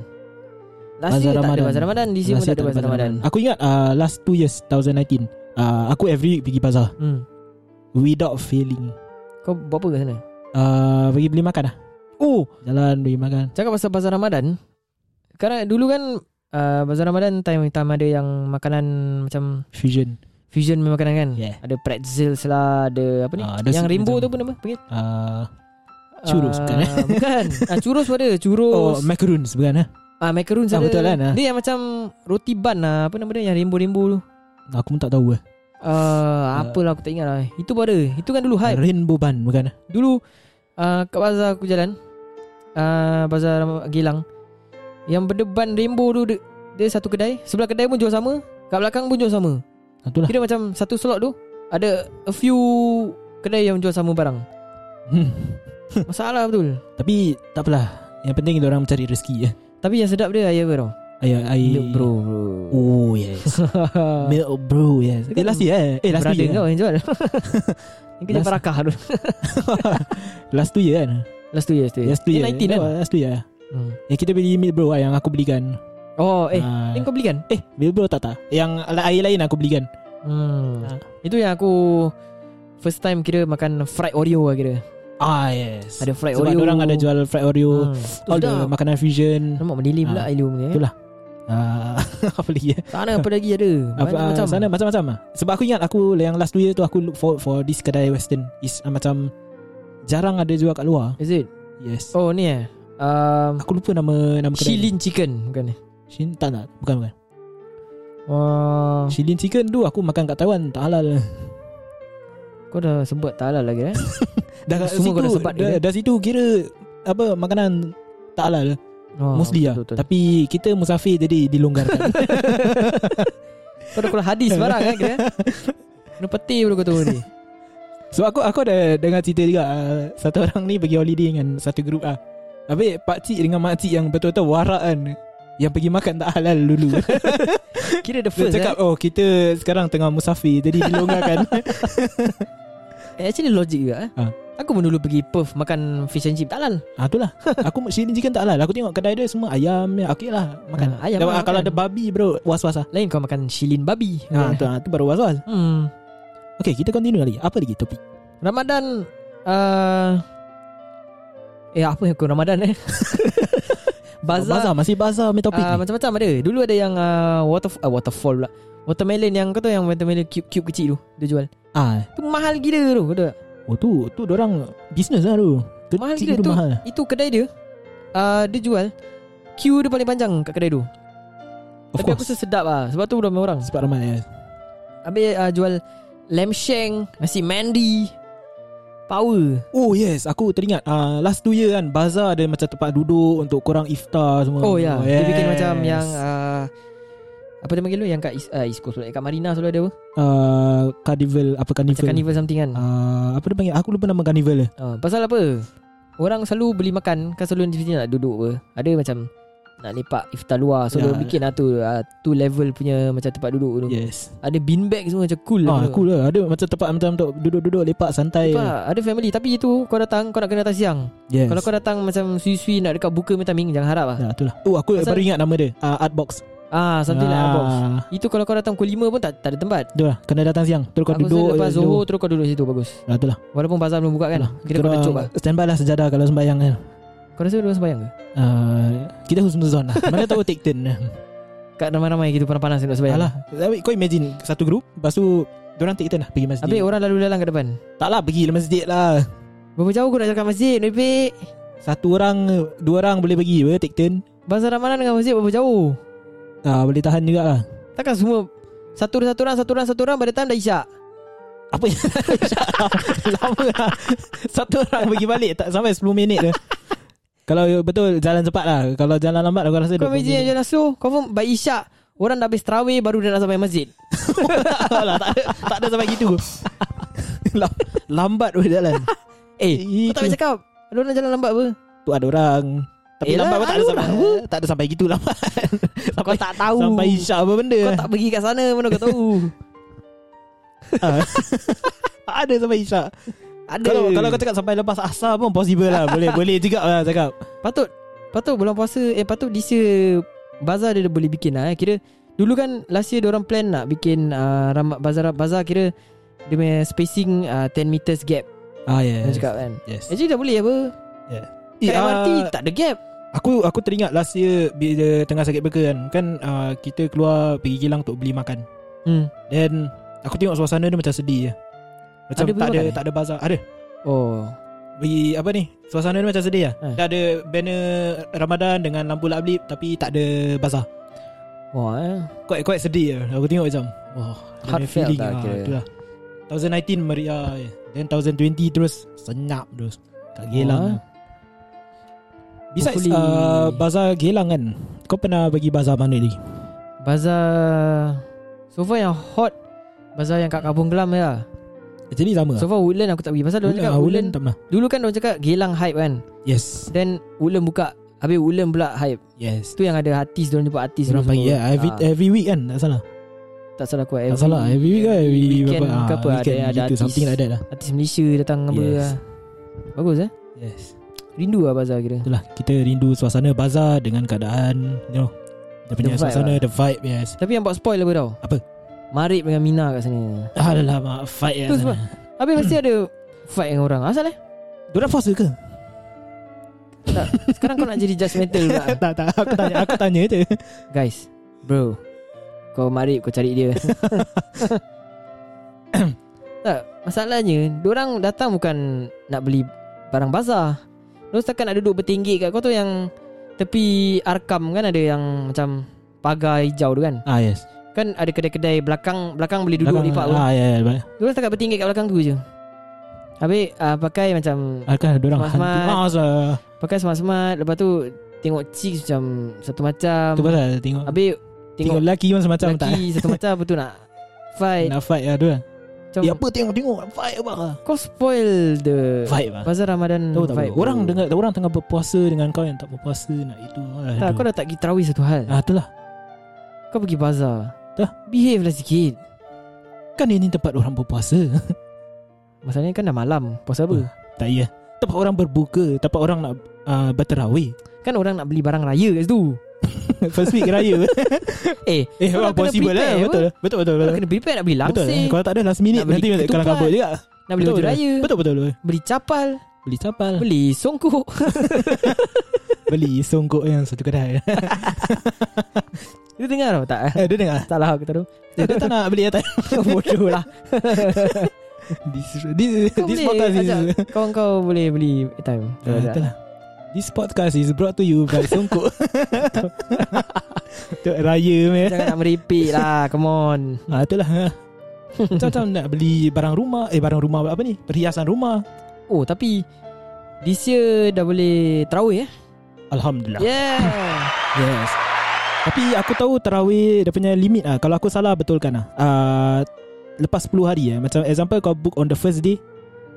[SPEAKER 1] Last
[SPEAKER 2] Bazar
[SPEAKER 1] year tak ada
[SPEAKER 2] Ramadan.
[SPEAKER 1] bazar Ramadan, this year pun
[SPEAKER 2] Last year
[SPEAKER 1] tak ada bazar Ramadan.
[SPEAKER 2] Aku ingat uh, Last 2 years 2019 uh, Aku every week pergi bazar
[SPEAKER 1] Hmm.
[SPEAKER 2] Without failing
[SPEAKER 1] Kau buat apa kat sana?
[SPEAKER 2] uh, Pergi beli makan lah Oh Jalan beli makan
[SPEAKER 1] Cakap pasal bazar Ramadan Sekarang dulu kan uh, Bazar Ramadan time, time ada yang Makanan macam
[SPEAKER 2] Fusion
[SPEAKER 1] Fusion punya makanan kan
[SPEAKER 2] Yeah
[SPEAKER 1] Ada pretzels lah Ada apa ni
[SPEAKER 2] Ah, ada
[SPEAKER 1] Yang
[SPEAKER 2] se-
[SPEAKER 1] rainbow
[SPEAKER 2] macam-
[SPEAKER 1] tu pun apa Panggil
[SPEAKER 2] uh, Churros,
[SPEAKER 1] Ah,
[SPEAKER 2] bukan, eh?
[SPEAKER 1] Bukan Ah, Churros pun ada
[SPEAKER 2] Oh
[SPEAKER 1] Churros
[SPEAKER 2] macaroons bukan eh?
[SPEAKER 1] Ah, Macaroons
[SPEAKER 2] Ah,
[SPEAKER 1] ada
[SPEAKER 2] betul kan, ah.
[SPEAKER 1] Dia yang macam Roti bun lah Apa nama dia Yang rainbow-rainbow tu
[SPEAKER 2] Aku pun tak tahu eh.
[SPEAKER 1] Uh, apalah aku tak ingat lah Itu pun ada Itu kan dulu hype
[SPEAKER 2] Rainbow bun bukan eh?
[SPEAKER 1] Dulu uh, Kat bazar aku jalan uh, Bazar Gilang Yang berdeban rainbow tu dia, dia satu kedai Sebelah kedai pun jual sama Kat belakang pun jual sama
[SPEAKER 2] Ah, Itulah
[SPEAKER 1] Kira macam satu slot tu Ada a few Kedai yang jual sama barang
[SPEAKER 2] hmm.
[SPEAKER 1] Masalah betul
[SPEAKER 2] Tapi tak apalah Yang penting orang mencari rezeki ya.
[SPEAKER 1] Tapi yang sedap dia ayah apa tau
[SPEAKER 2] Ayah, ayah.
[SPEAKER 1] Milk bro, bro.
[SPEAKER 2] Eh, Oh yes Milk bro yes Eh last year eh Eh last
[SPEAKER 1] Berada
[SPEAKER 2] year
[SPEAKER 1] kau yang jual Yang kerja
[SPEAKER 2] Last-
[SPEAKER 1] barakah tu
[SPEAKER 2] Last two year kan
[SPEAKER 1] Last two years tu
[SPEAKER 2] Last two year
[SPEAKER 1] Eh 19 kan
[SPEAKER 2] Oh, Last two year
[SPEAKER 1] Hmm.
[SPEAKER 2] Yang kita beli milk bro ah, Yang aku belikan
[SPEAKER 1] Oh eh
[SPEAKER 2] Ah,
[SPEAKER 1] Yang kau beli kan
[SPEAKER 2] Eh milk bro tak tak Yang la- air lain aku belikan
[SPEAKER 1] Hmm.
[SPEAKER 2] Ah.
[SPEAKER 1] Itu yang aku first time kira makan fried Oreo lah kira.
[SPEAKER 2] Ah yes
[SPEAKER 1] Ada fried
[SPEAKER 2] Sebab
[SPEAKER 1] Oreo.
[SPEAKER 2] orang ada jual fried Oreo
[SPEAKER 1] Hmm. All
[SPEAKER 2] All the makanan fusion
[SPEAKER 1] Nampak mendilih pula
[SPEAKER 2] Ah.
[SPEAKER 1] ha. Ilum ni. eh.
[SPEAKER 2] Itulah. Ah, Apa lagi eh
[SPEAKER 1] Sana apa lagi ada?
[SPEAKER 2] apa,
[SPEAKER 1] Banyak
[SPEAKER 2] macam
[SPEAKER 1] macam.
[SPEAKER 2] sana macam-macam ah. Sebab aku ingat aku yang last two year tu aku look forward for this kedai western is ah, macam jarang ada jual kat luar.
[SPEAKER 1] Is it?
[SPEAKER 2] Yes.
[SPEAKER 1] Oh ni eh. Um,
[SPEAKER 2] Aku lupa nama nama kedai.
[SPEAKER 1] Shilin Chicken bukan ni.
[SPEAKER 2] Shilin tak tak. Bukan bukan.
[SPEAKER 1] Wah,
[SPEAKER 2] Shilin chicken tu aku makan kat Taiwan tak halal.
[SPEAKER 1] kau dah sebut tak halal lagi eh.
[SPEAKER 2] Dah kat
[SPEAKER 1] Semua
[SPEAKER 2] situ
[SPEAKER 1] kau dah sebat
[SPEAKER 2] dah,
[SPEAKER 1] dia. kan?
[SPEAKER 2] dah situ kira apa makanan tak halal
[SPEAKER 1] Oh,
[SPEAKER 2] mostly lah.
[SPEAKER 1] betul, betul.
[SPEAKER 2] Tapi kita musafir jadi dilonggarkan.
[SPEAKER 1] Kau dah kurang hadis barang kan kira. Kena peti dulu kau tahu ni.
[SPEAKER 2] So aku aku ada dengar cerita juga uh, satu orang ni pergi holiday dengan satu grup ah. Habis pak cik dengan mak cik yang betul-betul warak kan yang pergi makan tak halal dulu.
[SPEAKER 1] Kira the
[SPEAKER 2] Dia
[SPEAKER 1] first
[SPEAKER 2] cakap oh kita sekarang tengah musafir jadi kan." dilonggarkan.
[SPEAKER 1] eh. Eh, Actually logic juga eh.
[SPEAKER 2] Ha.
[SPEAKER 1] Aku pun dulu pergi Perth makan fish and chip tak halal.
[SPEAKER 2] ah itulah. Aku sini chicken tak halal. Aku tengok kedai dia semua ayam ya. Okey lah makan.
[SPEAKER 1] Ah, ayam
[SPEAKER 2] Dah-
[SPEAKER 1] lah,
[SPEAKER 2] kalau
[SPEAKER 1] makan.
[SPEAKER 2] ada babi bro was-was ah.
[SPEAKER 1] Lain kau makan shilin babi. Eh.
[SPEAKER 2] Ha, tu, ah, tu baru was-was.
[SPEAKER 1] Hmm.
[SPEAKER 2] Okay kita continue lagi. Apa lagi topik?
[SPEAKER 1] Ramadan uh, Eh apa yang aku Ramadan eh Bazar,
[SPEAKER 2] bazar masih bazar main topik
[SPEAKER 1] uh,
[SPEAKER 2] ni.
[SPEAKER 1] Macam-macam ada Dulu ada yang uh, water, uh, Waterfall pula Watermelon yang kau tahu yang watermelon cube-cube kecil tu Dia jual
[SPEAKER 2] Ah,
[SPEAKER 1] Tu mahal gila tu kau tahu tak?
[SPEAKER 2] oh tu tu orang bisnes lah tu. Tu
[SPEAKER 1] Mahal
[SPEAKER 2] cik lah.
[SPEAKER 1] gila
[SPEAKER 2] tu
[SPEAKER 1] tu.
[SPEAKER 2] mahal.
[SPEAKER 1] Itu kedai dia uh, Dia jual Queue dia paling panjang kat kedai tu
[SPEAKER 2] Of
[SPEAKER 1] Tapi aku
[SPEAKER 2] course.
[SPEAKER 1] rasa sedap lah Sebab tu ramai orang
[SPEAKER 2] Sebab ramai ya.
[SPEAKER 1] Habis uh, jual Lamb shank Nasi mandi Power
[SPEAKER 2] Oh yes Aku teringat uh, Last two year kan Bazar ada macam tempat duduk Untuk korang iftar semua
[SPEAKER 1] Oh ya yes. Dia bikin macam yang
[SPEAKER 2] uh,
[SPEAKER 1] uh, Apa dia panggil tu Yang kat East, uh, East Coast pula. Kat Marina selalu ada apa
[SPEAKER 2] uh, Carnival Apa
[SPEAKER 1] Macam
[SPEAKER 2] carnival,
[SPEAKER 1] carnival something kan
[SPEAKER 2] Uh, Apa dia panggil Aku lupa nama carnival dia
[SPEAKER 1] uh, Pasal apa Orang selalu beli makan Kan selalu di sini nak duduk apa Ada macam Nak lepak iftar luar So
[SPEAKER 2] Ya.
[SPEAKER 1] yeah. bikin lah tu uh, Tu level punya Macam tempat duduk tu yeah.
[SPEAKER 2] Yes
[SPEAKER 1] Ada bean bag semua Macam cool
[SPEAKER 2] Ah,
[SPEAKER 1] tu.
[SPEAKER 2] cool lah Ada macam tempat macam untuk Duduk-duduk lepak santai
[SPEAKER 1] Nampak? Ada family Tapi itu Kau datang Kau nak kena datang siang
[SPEAKER 2] Yes
[SPEAKER 1] Kalau kau datang macam Sui-sui nak dekat buka minta ming Jangan harap lah
[SPEAKER 2] Ya, itulah. Oh aku
[SPEAKER 1] Pasal-
[SPEAKER 2] baru ingat nama dia uh, Artbox
[SPEAKER 1] Ah Something
[SPEAKER 2] ah,
[SPEAKER 1] like that box Itu kalau kau datang pukul 5 pun tak, tak ada tempat
[SPEAKER 2] Itulah Kena datang siang Terus kau
[SPEAKER 1] Aku rasa
[SPEAKER 2] duduk
[SPEAKER 1] Lepas
[SPEAKER 2] duduk.
[SPEAKER 1] Zohor Terus kau duduk situ Bagus
[SPEAKER 2] Ah, Itulah
[SPEAKER 1] Walaupun bazar belum buka kan
[SPEAKER 2] Itulah.
[SPEAKER 1] Kira kau
[SPEAKER 2] Terus
[SPEAKER 1] tercuk lah
[SPEAKER 2] Stand by lah sejadah Kalau sembahyang kan
[SPEAKER 1] Kau rasa dia orang sembahyang ke?
[SPEAKER 2] uh, Kita husnuzon lah Mana tahu take turn
[SPEAKER 1] Kat ramai-ramai gitu panas-panas nak sembahyang
[SPEAKER 2] Alah tapi Kau imagine Satu group Lepas tu Diorang take turn lah Pergi masjid
[SPEAKER 1] Habis orang lalu lalang kat depan
[SPEAKER 2] Tak lah pergi masjid lah
[SPEAKER 1] Berapa jauh kau nak cakap masjid Lepik
[SPEAKER 2] Satu orang Dua orang boleh pergi apa Take turn
[SPEAKER 1] Bazar Ramadan dengan masjid berapa jauh
[SPEAKER 2] ah, Boleh tahan juga lah
[SPEAKER 1] Takkan semua Satu satu orang Satu orang satu orang Pada time dah isyak
[SPEAKER 2] Apa yang Lama lah Satu orang pergi balik Tak sampai 10 minit dah Kalau betul Jalan cepat lah Kalau jalan lambat Aku rasa
[SPEAKER 1] Kau
[SPEAKER 2] 20
[SPEAKER 1] imagine
[SPEAKER 2] minit.
[SPEAKER 1] je langsung Kau pun by isyak Orang dah habis terawih Baru dia nak sampai masjid
[SPEAKER 2] lah, tak, ada, tak ada sampai gitu Lam- Lambat pun jalan
[SPEAKER 1] Eh Kau tak
[SPEAKER 2] Itu.
[SPEAKER 1] boleh cakap Ada orang jalan lambat apa
[SPEAKER 2] Tu ada orang
[SPEAKER 1] Tapi lambat pun tak ada sampai-
[SPEAKER 3] Tak ada sampai gitu lambat
[SPEAKER 1] Kau tak tahu
[SPEAKER 2] Sampai isyak apa benda
[SPEAKER 1] Kau tak pergi kat sana Mana kau tahu
[SPEAKER 2] Ada sampai isyak
[SPEAKER 1] Ada
[SPEAKER 2] Kalau kalau kau cakap sampai lepas asar pun possible lah. Boleh boleh juga lah cakap.
[SPEAKER 1] Patut Patut bulan puasa Eh patut this year Bazar dia boleh bikin lah eh. Kira Dulu kan last year orang plan nak bikin uh, ramat bazar bazar kira dia punya spacing uh, 10 meters gap
[SPEAKER 2] Ah ya.
[SPEAKER 1] yes. cakap kan.
[SPEAKER 2] Yes.
[SPEAKER 1] Actually dah boleh apa? Kat MRT
[SPEAKER 2] ah.
[SPEAKER 1] tak ada gap.
[SPEAKER 2] Eh, aku aku teringat last year bila tengah sakit beka kan. Kan uh, kita keluar pergi Geylang untuk beli makan.
[SPEAKER 1] Hmm.
[SPEAKER 2] Then aku tengok suasana dia macam sedih je. Macam
[SPEAKER 1] Ada beli
[SPEAKER 2] ada tak ada
[SPEAKER 1] makan eh?
[SPEAKER 2] tak ada bazar. Ada.
[SPEAKER 1] Oh.
[SPEAKER 2] Bagi apa ni? Suasana dia macam sedih lah.
[SPEAKER 1] Eh.
[SPEAKER 2] Dah ada banner Ramadan dengan lampu lablip tapi tak ada bazar.
[SPEAKER 1] Wah. Eh.
[SPEAKER 2] Quite quite sedih lah. Aku tengok macam wah, dia punya
[SPEAKER 1] Heartfelt
[SPEAKER 2] feeling
[SPEAKER 1] lah
[SPEAKER 2] ah,
[SPEAKER 1] kira.
[SPEAKER 2] tu lah. 2019 meriah je. ah, eh. Then 2020 terus senyap terus. Kat Geylang.
[SPEAKER 1] Wah.
[SPEAKER 2] lah. Besides
[SPEAKER 1] Hopefully-
[SPEAKER 2] uh, Bazar Geylang kan Kau pernah bagi bazar mana lagi?
[SPEAKER 1] Bazar So far yang hot Bazar yang kat Kampung Gelam je lah
[SPEAKER 2] Actually sama lah
[SPEAKER 1] So far Woodland aku tak pergi Pasal diorang
[SPEAKER 2] Woodland,
[SPEAKER 1] cakap
[SPEAKER 2] ah,
[SPEAKER 1] Woodland
[SPEAKER 2] Woodland tak pernah
[SPEAKER 1] Dulu kan diorang cakap Gelang hype kan
[SPEAKER 2] Yes
[SPEAKER 1] Then Woodland buka Habis Woodland pula hype
[SPEAKER 2] Yes
[SPEAKER 1] Tu yang ada artis Diorang jumpa artis
[SPEAKER 2] Orang
[SPEAKER 1] dulu
[SPEAKER 2] panggil
[SPEAKER 1] semua.
[SPEAKER 2] yeah, every,
[SPEAKER 1] Ah,
[SPEAKER 2] every week kan Tak salah
[SPEAKER 1] Tak salah aku
[SPEAKER 2] Tak salah Every week kan Every
[SPEAKER 1] weekend ke apa, ada-
[SPEAKER 2] weekend
[SPEAKER 1] ada
[SPEAKER 2] gitu,
[SPEAKER 1] artis.
[SPEAKER 2] Something like that lah
[SPEAKER 1] Artis Malaysia datang apa
[SPEAKER 2] Yes.
[SPEAKER 1] lah. Bagus eh
[SPEAKER 2] Yes
[SPEAKER 1] Rindu lah bazar kira
[SPEAKER 2] Itulah Kita rindu suasana bazar Dengan keadaan You know Dia punya
[SPEAKER 1] vibe
[SPEAKER 2] suasana
[SPEAKER 1] lah.
[SPEAKER 2] The vibe yes
[SPEAKER 1] Tapi yang buat spoil apa tau
[SPEAKER 2] Apa?
[SPEAKER 1] Marib dengan Mina kat sana
[SPEAKER 2] Alah mak Ah, Fight
[SPEAKER 1] Tu
[SPEAKER 2] lah
[SPEAKER 1] sebab-
[SPEAKER 2] sana
[SPEAKER 1] Habis mesti ada Fight dengan orang Asal eh
[SPEAKER 2] Diorang puasa ke?
[SPEAKER 1] Sekarang kau nak jadi judgemental pula
[SPEAKER 2] tak tak Aku tanya Aku tanya je
[SPEAKER 1] Guys Bro Kau marip kau cari dia Tak Masalahnya Diorang datang bukan Nak beli Barang bazar Diorang setakat nak duduk bertinggi kat Kau tahu yang Tepi Arkam kan ada yang Macam Pagar hijau tu kan
[SPEAKER 2] Ah yes
[SPEAKER 1] Kan ada kedai-kedai Belakang Belakang boleh duduk lipat pun
[SPEAKER 2] Ah ya ya baik.
[SPEAKER 1] Diorang setakat bertinggi kat belakang tu je Habis uh, Pakai macam
[SPEAKER 2] Akan ada orang hantu
[SPEAKER 1] Smart-smart.
[SPEAKER 2] Mas lah
[SPEAKER 1] Pakai smart-smart Lepas tu Tengok chicks macam Satu macam
[SPEAKER 2] Tu pasal lah tengok
[SPEAKER 1] Habis
[SPEAKER 2] Tengok
[SPEAKER 1] Tengok
[SPEAKER 2] lelaki pun semacam tak
[SPEAKER 1] lelaki satu macam Betul nak Fight
[SPEAKER 2] Nak fight lah tu lah
[SPEAKER 1] Macam
[SPEAKER 2] Ya apa tengok tengok Fight apa lah
[SPEAKER 1] Kau spoil the
[SPEAKER 2] Vibe lah
[SPEAKER 1] Bazar Ramadan
[SPEAKER 2] Tahu tak
[SPEAKER 1] vibe
[SPEAKER 2] bro? Orang
[SPEAKER 1] bro.
[SPEAKER 2] dengar Orang tengah berpuasa Dengan kau yang tak berpuasa Nak itu Ah, Aduh.
[SPEAKER 1] Tak kau dah tak pergi terawih satu hal
[SPEAKER 2] Ah itulah
[SPEAKER 1] Kau pergi bazar
[SPEAKER 2] Dah.
[SPEAKER 1] Behave lah sikit
[SPEAKER 2] Kan ini tempat orang berpuasa
[SPEAKER 1] Masalahnya kan dah malam Puasa apa
[SPEAKER 2] Oh. Tak ya Tempat orang berbuka Tempat orang nak uh, Berterawih
[SPEAKER 1] Kan orang nak beli barang raya kat situ
[SPEAKER 2] First week raya
[SPEAKER 1] Eh
[SPEAKER 2] Eh
[SPEAKER 1] Kau
[SPEAKER 2] orang
[SPEAKER 1] dah kena
[SPEAKER 2] possible lah
[SPEAKER 1] prepare
[SPEAKER 2] Betul betul betul,
[SPEAKER 1] Kau
[SPEAKER 2] betul.
[SPEAKER 1] dah kena prepare nak beli
[SPEAKER 2] Betul eh,
[SPEAKER 1] langsir
[SPEAKER 2] Kalau tak ada last minute
[SPEAKER 1] Nak beli
[SPEAKER 2] Nanti kalau
[SPEAKER 1] ketupat.
[SPEAKER 2] kabut juga
[SPEAKER 1] Nak beli
[SPEAKER 2] Betul, lah.
[SPEAKER 1] baju raya
[SPEAKER 2] Betul betul betul.
[SPEAKER 1] Beli capal
[SPEAKER 2] Beli capal
[SPEAKER 1] Beli songkok
[SPEAKER 2] Beli songkok yang satu kedai
[SPEAKER 1] Dia dengar tau tak
[SPEAKER 2] Eh, Dia dengar
[SPEAKER 1] Tak lah aku tak tahu
[SPEAKER 2] Eh, Dia tak nak beli atas
[SPEAKER 1] Bodoh lah
[SPEAKER 2] This, this,
[SPEAKER 1] Kau
[SPEAKER 2] this
[SPEAKER 1] boleh
[SPEAKER 2] podcast is Eh,
[SPEAKER 1] ajak Kawan kau boleh beli time
[SPEAKER 2] Ah, itulah. This podcast is brought to you by Songkok Tok Raya meh.
[SPEAKER 1] Jangan nak merepek lah Come on
[SPEAKER 2] Ah, itulah Macam-macam nak beli barang rumah Eh barang rumah apa ni Perhiasan rumah
[SPEAKER 1] Oh tapi This year dah boleh Terawih eh
[SPEAKER 2] Alhamdulillah
[SPEAKER 1] Yeah
[SPEAKER 2] Yes Tapi aku tahu Terawih Dia punya limit ah. Kalau aku salah betulkan ah. Ah, Lepas 10 hari eh. Macam example kau book on the first day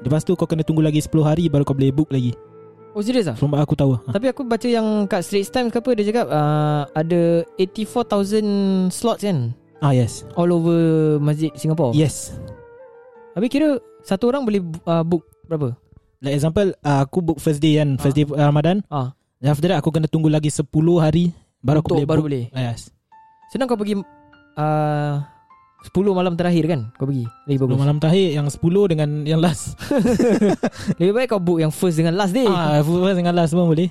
[SPEAKER 2] Lepas tu kau kena tunggu lagi 10 hari Baru kau boleh book lagi
[SPEAKER 1] Oh serius ah?
[SPEAKER 2] Sebab aku tahu ah.
[SPEAKER 1] Tapi aku baca yang kat Straits Times ke apa Dia cakap uh, Ada 84,000 slots kan
[SPEAKER 2] ah yes
[SPEAKER 1] All over Masjid Singapore
[SPEAKER 2] Yes
[SPEAKER 1] Habis kira Satu orang boleh uh, book Berapa?
[SPEAKER 2] Like example ah, Aku book first day kan First day Ramadan
[SPEAKER 1] Ah.
[SPEAKER 2] Then after that aku kena tunggu lagi 10 hari Baru
[SPEAKER 1] Untuk-
[SPEAKER 2] aku boleh
[SPEAKER 1] baru
[SPEAKER 2] book Ah,
[SPEAKER 1] boleh
[SPEAKER 2] Yes
[SPEAKER 1] Senang kau pergi uh, 10 malam terakhir kan Kau pergi Lebih
[SPEAKER 2] 10
[SPEAKER 1] bagus
[SPEAKER 2] malam terakhir Yang 10 dengan yang last
[SPEAKER 1] Lebih baik kau book yang first dengan last day
[SPEAKER 2] ah, First dengan last semua boleh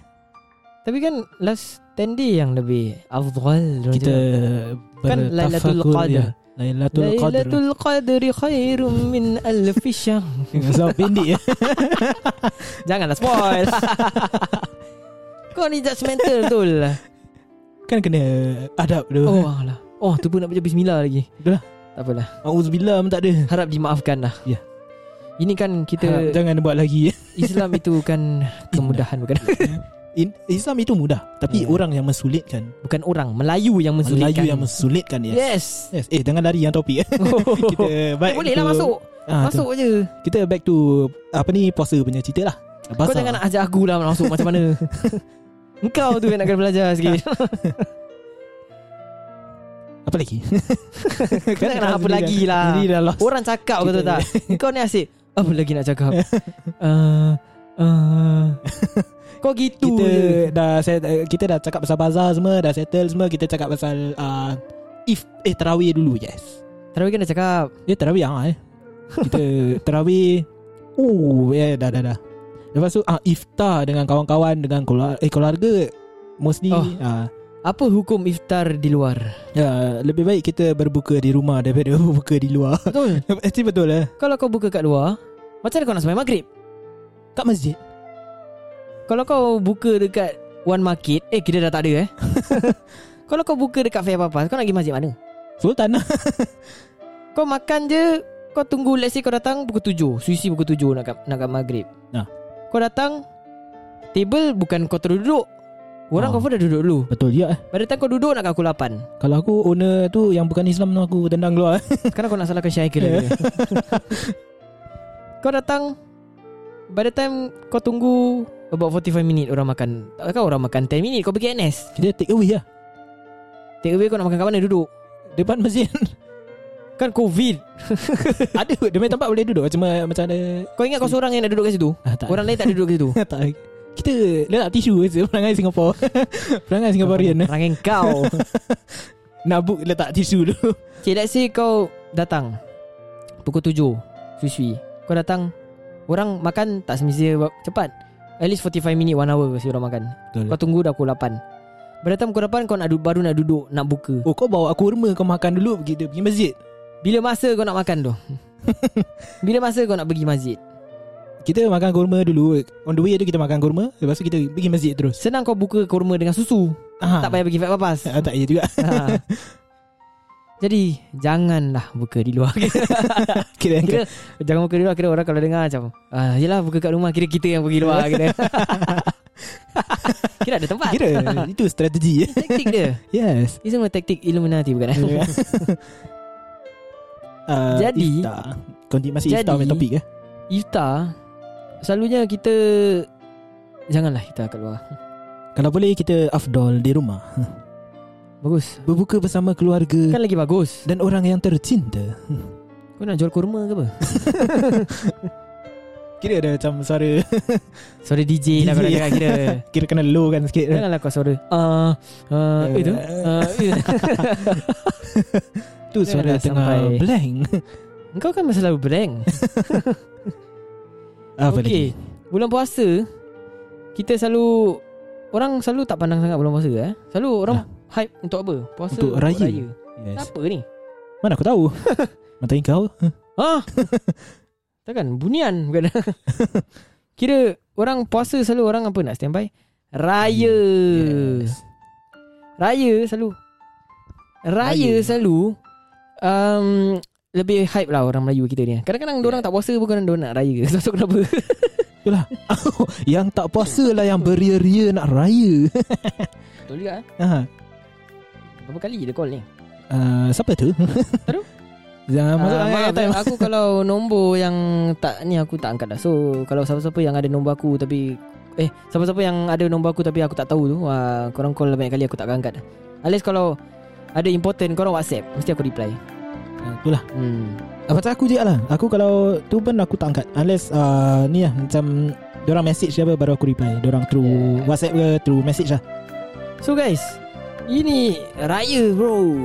[SPEAKER 1] Tapi kan Last 10 day yang lebih Afdal orang
[SPEAKER 2] Kita
[SPEAKER 1] cakap. Kan Lailatul
[SPEAKER 2] bertafakur,
[SPEAKER 1] Qadr
[SPEAKER 2] ya. Lailatul Qadr
[SPEAKER 1] Lailatul Qadri khairum min alfi syahr
[SPEAKER 2] Sebab pendek ya
[SPEAKER 1] Janganlah spoil Kau ni judgemental betul lah
[SPEAKER 2] Kan kena adab tu
[SPEAKER 1] Oh alah Oh tu pun nak baca bismillah lagi
[SPEAKER 2] Dah lah.
[SPEAKER 1] Tak apalah
[SPEAKER 2] Auzubillah pun tak ada
[SPEAKER 1] Harap dimaafkan lah
[SPEAKER 2] Ya.
[SPEAKER 1] Ini kan
[SPEAKER 2] Harap
[SPEAKER 1] kita
[SPEAKER 2] Jangan buat lagi
[SPEAKER 1] Islam itu kan Kemudahan bukan
[SPEAKER 2] In, Islam itu mudah
[SPEAKER 1] Ya.
[SPEAKER 2] Tapi orang yang mensulitkan
[SPEAKER 1] Bukan orang Melayu yang mensulitkan
[SPEAKER 2] Melayu yang mensulitkan Yes,
[SPEAKER 1] Yes,
[SPEAKER 2] yes. Eh jangan lari yang topik Kita
[SPEAKER 1] Eh,
[SPEAKER 2] back
[SPEAKER 1] boleh
[SPEAKER 2] to,
[SPEAKER 1] lah masuk
[SPEAKER 2] ah, tu.
[SPEAKER 1] Masuk je
[SPEAKER 2] Kita back to Apa ni Puasa punya cerita lah
[SPEAKER 1] Kau jangan nak ajak aku lah nak masuk macam mana Engkau tu yang nak kena belajar sikit
[SPEAKER 2] Ah, Apa lagi?
[SPEAKER 1] Kau nak kena apa
[SPEAKER 2] sendiri
[SPEAKER 1] lagi
[SPEAKER 2] dah-
[SPEAKER 1] lah
[SPEAKER 2] Sendiri dah lost
[SPEAKER 1] Orang cakap kau tahu
[SPEAKER 2] Kita
[SPEAKER 1] tak Kau ni asyik Apa lagi nak cakap uh, uh, Kau gitu
[SPEAKER 2] Kita
[SPEAKER 1] je.
[SPEAKER 2] dah set, Kita dah cakap pasal bazar semua Dah settle semua Kita cakap pasal uh, If Eh terawih dulu Yes
[SPEAKER 1] Tarawih kan dah cakap
[SPEAKER 2] Ya terawih ah, eh. Kita terawih Oh ya yeah, dah dah dah Lepas tu ah, Iftar dengan kawan-kawan Dengan keluarga, eh, keluarga Mostly
[SPEAKER 1] Oh.
[SPEAKER 2] oh. ah,
[SPEAKER 1] Apa hukum iftar di luar
[SPEAKER 2] ya, Lebih baik kita berbuka di rumah Daripada berbuka di luar
[SPEAKER 1] Betul
[SPEAKER 2] Actually betul lah eh?
[SPEAKER 1] Kalau kau buka kat luar Macam mana kau nak sembahyang maghrib
[SPEAKER 2] Kat masjid
[SPEAKER 1] Kalau kau buka dekat One Market Eh kira dah tak ada eh Kalau kau buka dekat Fair Papas Kau nak pergi masjid mana
[SPEAKER 2] Sultan lah
[SPEAKER 1] Kau makan je Kau tunggu Let's say kau datang Pukul 7 Suisi pukul 7 Nak kat, nak kat maghrib
[SPEAKER 2] Ah.
[SPEAKER 1] Kau datang Table bukan kau terus duduk Orang kau
[SPEAKER 2] Ah.
[SPEAKER 1] pun dah duduk dulu
[SPEAKER 2] Betul juga eh.
[SPEAKER 1] Pada time kau duduk Nak kat pukul 8
[SPEAKER 2] Kalau aku owner tu Yang bukan Islam tu Aku tendang keluar eh.
[SPEAKER 1] Sekarang kau nak salahkan Syaikil lagi Kau datang By the time Kau tunggu About 45 minit Orang makan Takkan orang makan 10 minit Kau pergi NS
[SPEAKER 2] Kita take away lah
[SPEAKER 1] Take away kau nak makan kat mana Duduk
[SPEAKER 2] Depan masjid
[SPEAKER 1] Kan COVID
[SPEAKER 2] Ada kot Dia punya tempat boleh duduk Macam macam ada
[SPEAKER 1] Kau ingat kau seorang yang nak duduk kat situ
[SPEAKER 2] ah, tak.
[SPEAKER 1] Orang lain tak ada duduk kat situ
[SPEAKER 2] tak eh. Kita Letak tisu je, Perangai Singapura Perangai Singaporean eh.
[SPEAKER 1] Perangai kau
[SPEAKER 2] Nak book letak tisu dulu
[SPEAKER 1] Okay let's say kau datang Pukul 7 Sui-sui Kau datang Orang makan tak semestinya wa- cepat At least 45 minit 1 hour kasi orang makan
[SPEAKER 2] Betul
[SPEAKER 1] Kau tunggu dah pukul 8 By the time pukul 8 kau nak duduk, baru nak duduk Nak buka
[SPEAKER 2] Oh kau bawa aku kurma Kau makan dulu Kita pergi masjid
[SPEAKER 1] Bila masa kau nak makan tu Bila masa kau nak pergi masjid
[SPEAKER 2] Kita makan kurma dulu On the way tu kita makan kurma Lepas tu kita pergi masjid terus
[SPEAKER 1] Senang kau buka kurma dengan susu
[SPEAKER 2] ah.
[SPEAKER 1] Tak payah pergi fat papas
[SPEAKER 2] ah, Tak payah juga
[SPEAKER 1] ha. Jadi Janganlah buka di luar
[SPEAKER 2] Kita
[SPEAKER 1] Kira Jangan buka di luar Kira orang kalau dengar macam ah, Yelah buka kat rumah Kira kita yang pergi luar Kira, kira ada tempat
[SPEAKER 2] Kira Itu strategi eh.
[SPEAKER 1] Taktik dia
[SPEAKER 2] Yes
[SPEAKER 1] Ini semua taktik Illuminati bukan eh?
[SPEAKER 2] uh,
[SPEAKER 1] Jadi-
[SPEAKER 2] iftar. Konti- Masih
[SPEAKER 1] Jadi-
[SPEAKER 2] iftar punya topik eh
[SPEAKER 1] Iftar Selalunya kita Janganlah kita kat luar
[SPEAKER 2] Kalau boleh kita afdol di rumah
[SPEAKER 1] Bagus
[SPEAKER 2] Berbuka bersama keluarga
[SPEAKER 1] Kan lagi bagus
[SPEAKER 2] Dan orang yang tercinta
[SPEAKER 1] Kau nak jual kurma ke apa?
[SPEAKER 2] Kira ada macam suara
[SPEAKER 1] Suara DJ, lah kau nak
[SPEAKER 2] DJ.
[SPEAKER 1] dengar kira
[SPEAKER 2] Kira kena low kan sikit
[SPEAKER 1] Janganlah kau suara uh, uh,
[SPEAKER 2] Eh,
[SPEAKER 1] Itu uh, itu.
[SPEAKER 2] Tu suara
[SPEAKER 1] Janganlah
[SPEAKER 2] tengah
[SPEAKER 1] sampai-
[SPEAKER 2] blank
[SPEAKER 1] Kau kan masa lalu blank
[SPEAKER 2] Apa lagi
[SPEAKER 1] Okey. Bulan puasa Kita selalu Orang selalu tak pandang sangat bulan puasa eh? Selalu orang
[SPEAKER 2] Ah.
[SPEAKER 1] hype untuk apa? Puasa
[SPEAKER 2] Untuk raya. yes.
[SPEAKER 1] Kenapa ni?
[SPEAKER 2] Mana aku tahu Mata kau
[SPEAKER 1] Ha? Takkan bunian bukan? Kira orang puasa selalu orang apa nak standby? Raya.
[SPEAKER 2] Yes.
[SPEAKER 1] Raya selalu Raya,
[SPEAKER 2] Raya.
[SPEAKER 1] selalu um, Lebih hype lah orang Melayu kita ni Kadang-kadang yeah. orang tak puasa bukan orang nak raya Tak tahu kenapa
[SPEAKER 2] Itulah Yang tak puasa lah Yang beria-ria nak raya
[SPEAKER 1] Betul juga eh?
[SPEAKER 2] ha.
[SPEAKER 1] Berapa kali dia call ni?
[SPEAKER 2] uh, Siapa tu
[SPEAKER 1] Aduh.
[SPEAKER 2] Jangan masuk
[SPEAKER 1] Ah,
[SPEAKER 2] uh,
[SPEAKER 1] maaf, eh, aku kalau nombor yang tak ni aku tak angkat dah. So kalau siapa-siapa yang ada nombor aku tapi eh siapa-siapa yang ada nombor aku tapi aku tak tahu tu, ah korang call banyak kali aku tak akan angkat. Unless kalau ada important korang WhatsApp mesti aku reply.
[SPEAKER 2] Itulah
[SPEAKER 1] Hmm.
[SPEAKER 2] Ah, Macam aku je lah Aku kalau Tu pun aku tak angkat Unless uh, Ni lah Macam Diorang message je apa Baru aku reply Diorang through
[SPEAKER 1] Yeah.
[SPEAKER 2] Whatsapp ke Through message lah
[SPEAKER 1] So guys, ini raya bro.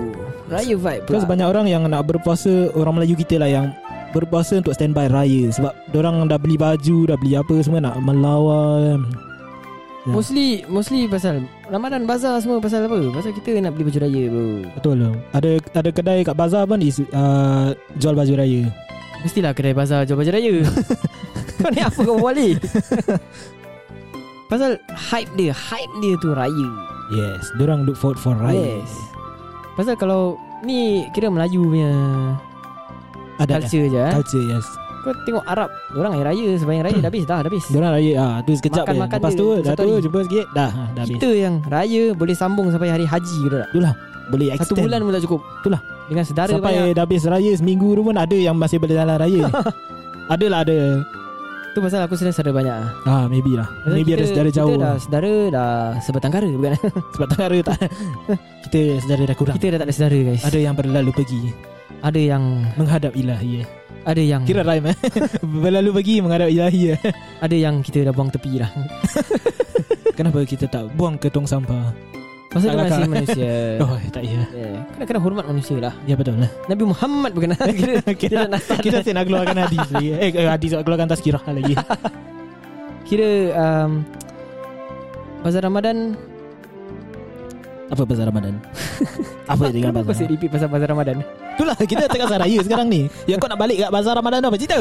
[SPEAKER 1] Raya vibe pula.
[SPEAKER 2] Terus banyak orang yang nak berpuasa Orang Melayu kita lah Yang berpuasa untuk standby raya Sebab Diorang dah beli baju Dah beli apa semua Nak melawa
[SPEAKER 1] Mostly mostly pasal Ramadan bazar semua pasal apa? Pasal kita nak beli baju raya bro.
[SPEAKER 2] Betul lah Ada ada kedai kat bazar pun is, uh, Jual baju raya
[SPEAKER 1] Mestilah kedai bazar jual baju raya Kau ni apa kau balik Pasal hype dia Hype dia tu raya
[SPEAKER 2] Yes Diorang look forward for raya
[SPEAKER 1] Yes Pasal kalau Ni kira Melayu punya
[SPEAKER 2] Ada
[SPEAKER 1] Culture
[SPEAKER 2] culture,
[SPEAKER 1] je eh.
[SPEAKER 2] culture yes
[SPEAKER 1] Kau tengok Arab Orang yang raya Sebayang raya dah habis Dah dah habis
[SPEAKER 2] Diorang raya ah, Tu sekejap
[SPEAKER 1] Makan-
[SPEAKER 2] je
[SPEAKER 1] makan
[SPEAKER 2] Lepas
[SPEAKER 1] dia
[SPEAKER 2] tu Dah
[SPEAKER 1] satu
[SPEAKER 2] tu
[SPEAKER 1] hari.
[SPEAKER 2] jumpa sikit Dah ah, Dah habis
[SPEAKER 1] Kita yang raya Boleh sambung sampai hari haji ke tak
[SPEAKER 2] Boleh extend
[SPEAKER 1] Satu bulan pun tak cukup
[SPEAKER 2] Itulah.
[SPEAKER 1] Dengan sedara
[SPEAKER 2] Sampai
[SPEAKER 1] banyak
[SPEAKER 2] dah habis raya Seminggu tu pun ada yang masih berjalan raya Adalah ada
[SPEAKER 1] Tu pasal aku sebenarnya saudara banyak ah.
[SPEAKER 2] Ah maybe lah
[SPEAKER 1] Pasal
[SPEAKER 2] Maybe
[SPEAKER 1] kita-
[SPEAKER 2] ada saudara jauh
[SPEAKER 1] Kita dah saudara Dah sebatang kara bukan
[SPEAKER 2] Sebab tak ada tak Kita saudara dah kurang
[SPEAKER 1] Kita dah tak ada saudara guys
[SPEAKER 2] Ada yang berlalu pergi
[SPEAKER 1] Ada yang
[SPEAKER 2] Menghadap ilahi eh.
[SPEAKER 1] Ada yang
[SPEAKER 2] Kira rhyme eh Berlalu pergi menghadap ilahi eh.
[SPEAKER 1] Ada yang kita dah buang tepi lah. dah
[SPEAKER 2] Kenapa kita tak buang ke tong sampah
[SPEAKER 1] Pasal dia
[SPEAKER 2] Salah
[SPEAKER 1] masih
[SPEAKER 2] kau.
[SPEAKER 1] manusia
[SPEAKER 2] Oh tak ya
[SPEAKER 1] yeah. Kena kena hormat manusia lah
[SPEAKER 2] Ya betul lah
[SPEAKER 1] Nabi Muhammad bukan Kira
[SPEAKER 2] Kita,
[SPEAKER 1] Kita nak start
[SPEAKER 2] kita tak nak keluarkan hadis lagi Eh eh, hadis nak keluarkan tazkirah lagi
[SPEAKER 1] Kira um, Pasal Ramadan
[SPEAKER 2] Apa pasal Ramadan? Apa dengan
[SPEAKER 1] Kenapa
[SPEAKER 2] pasal
[SPEAKER 1] saya repeat pasal pasal Ramadan
[SPEAKER 2] Itulah kita tengah saraya sekarang ni Yang kau nak balik kat bazar Ramadan tu apa cerita?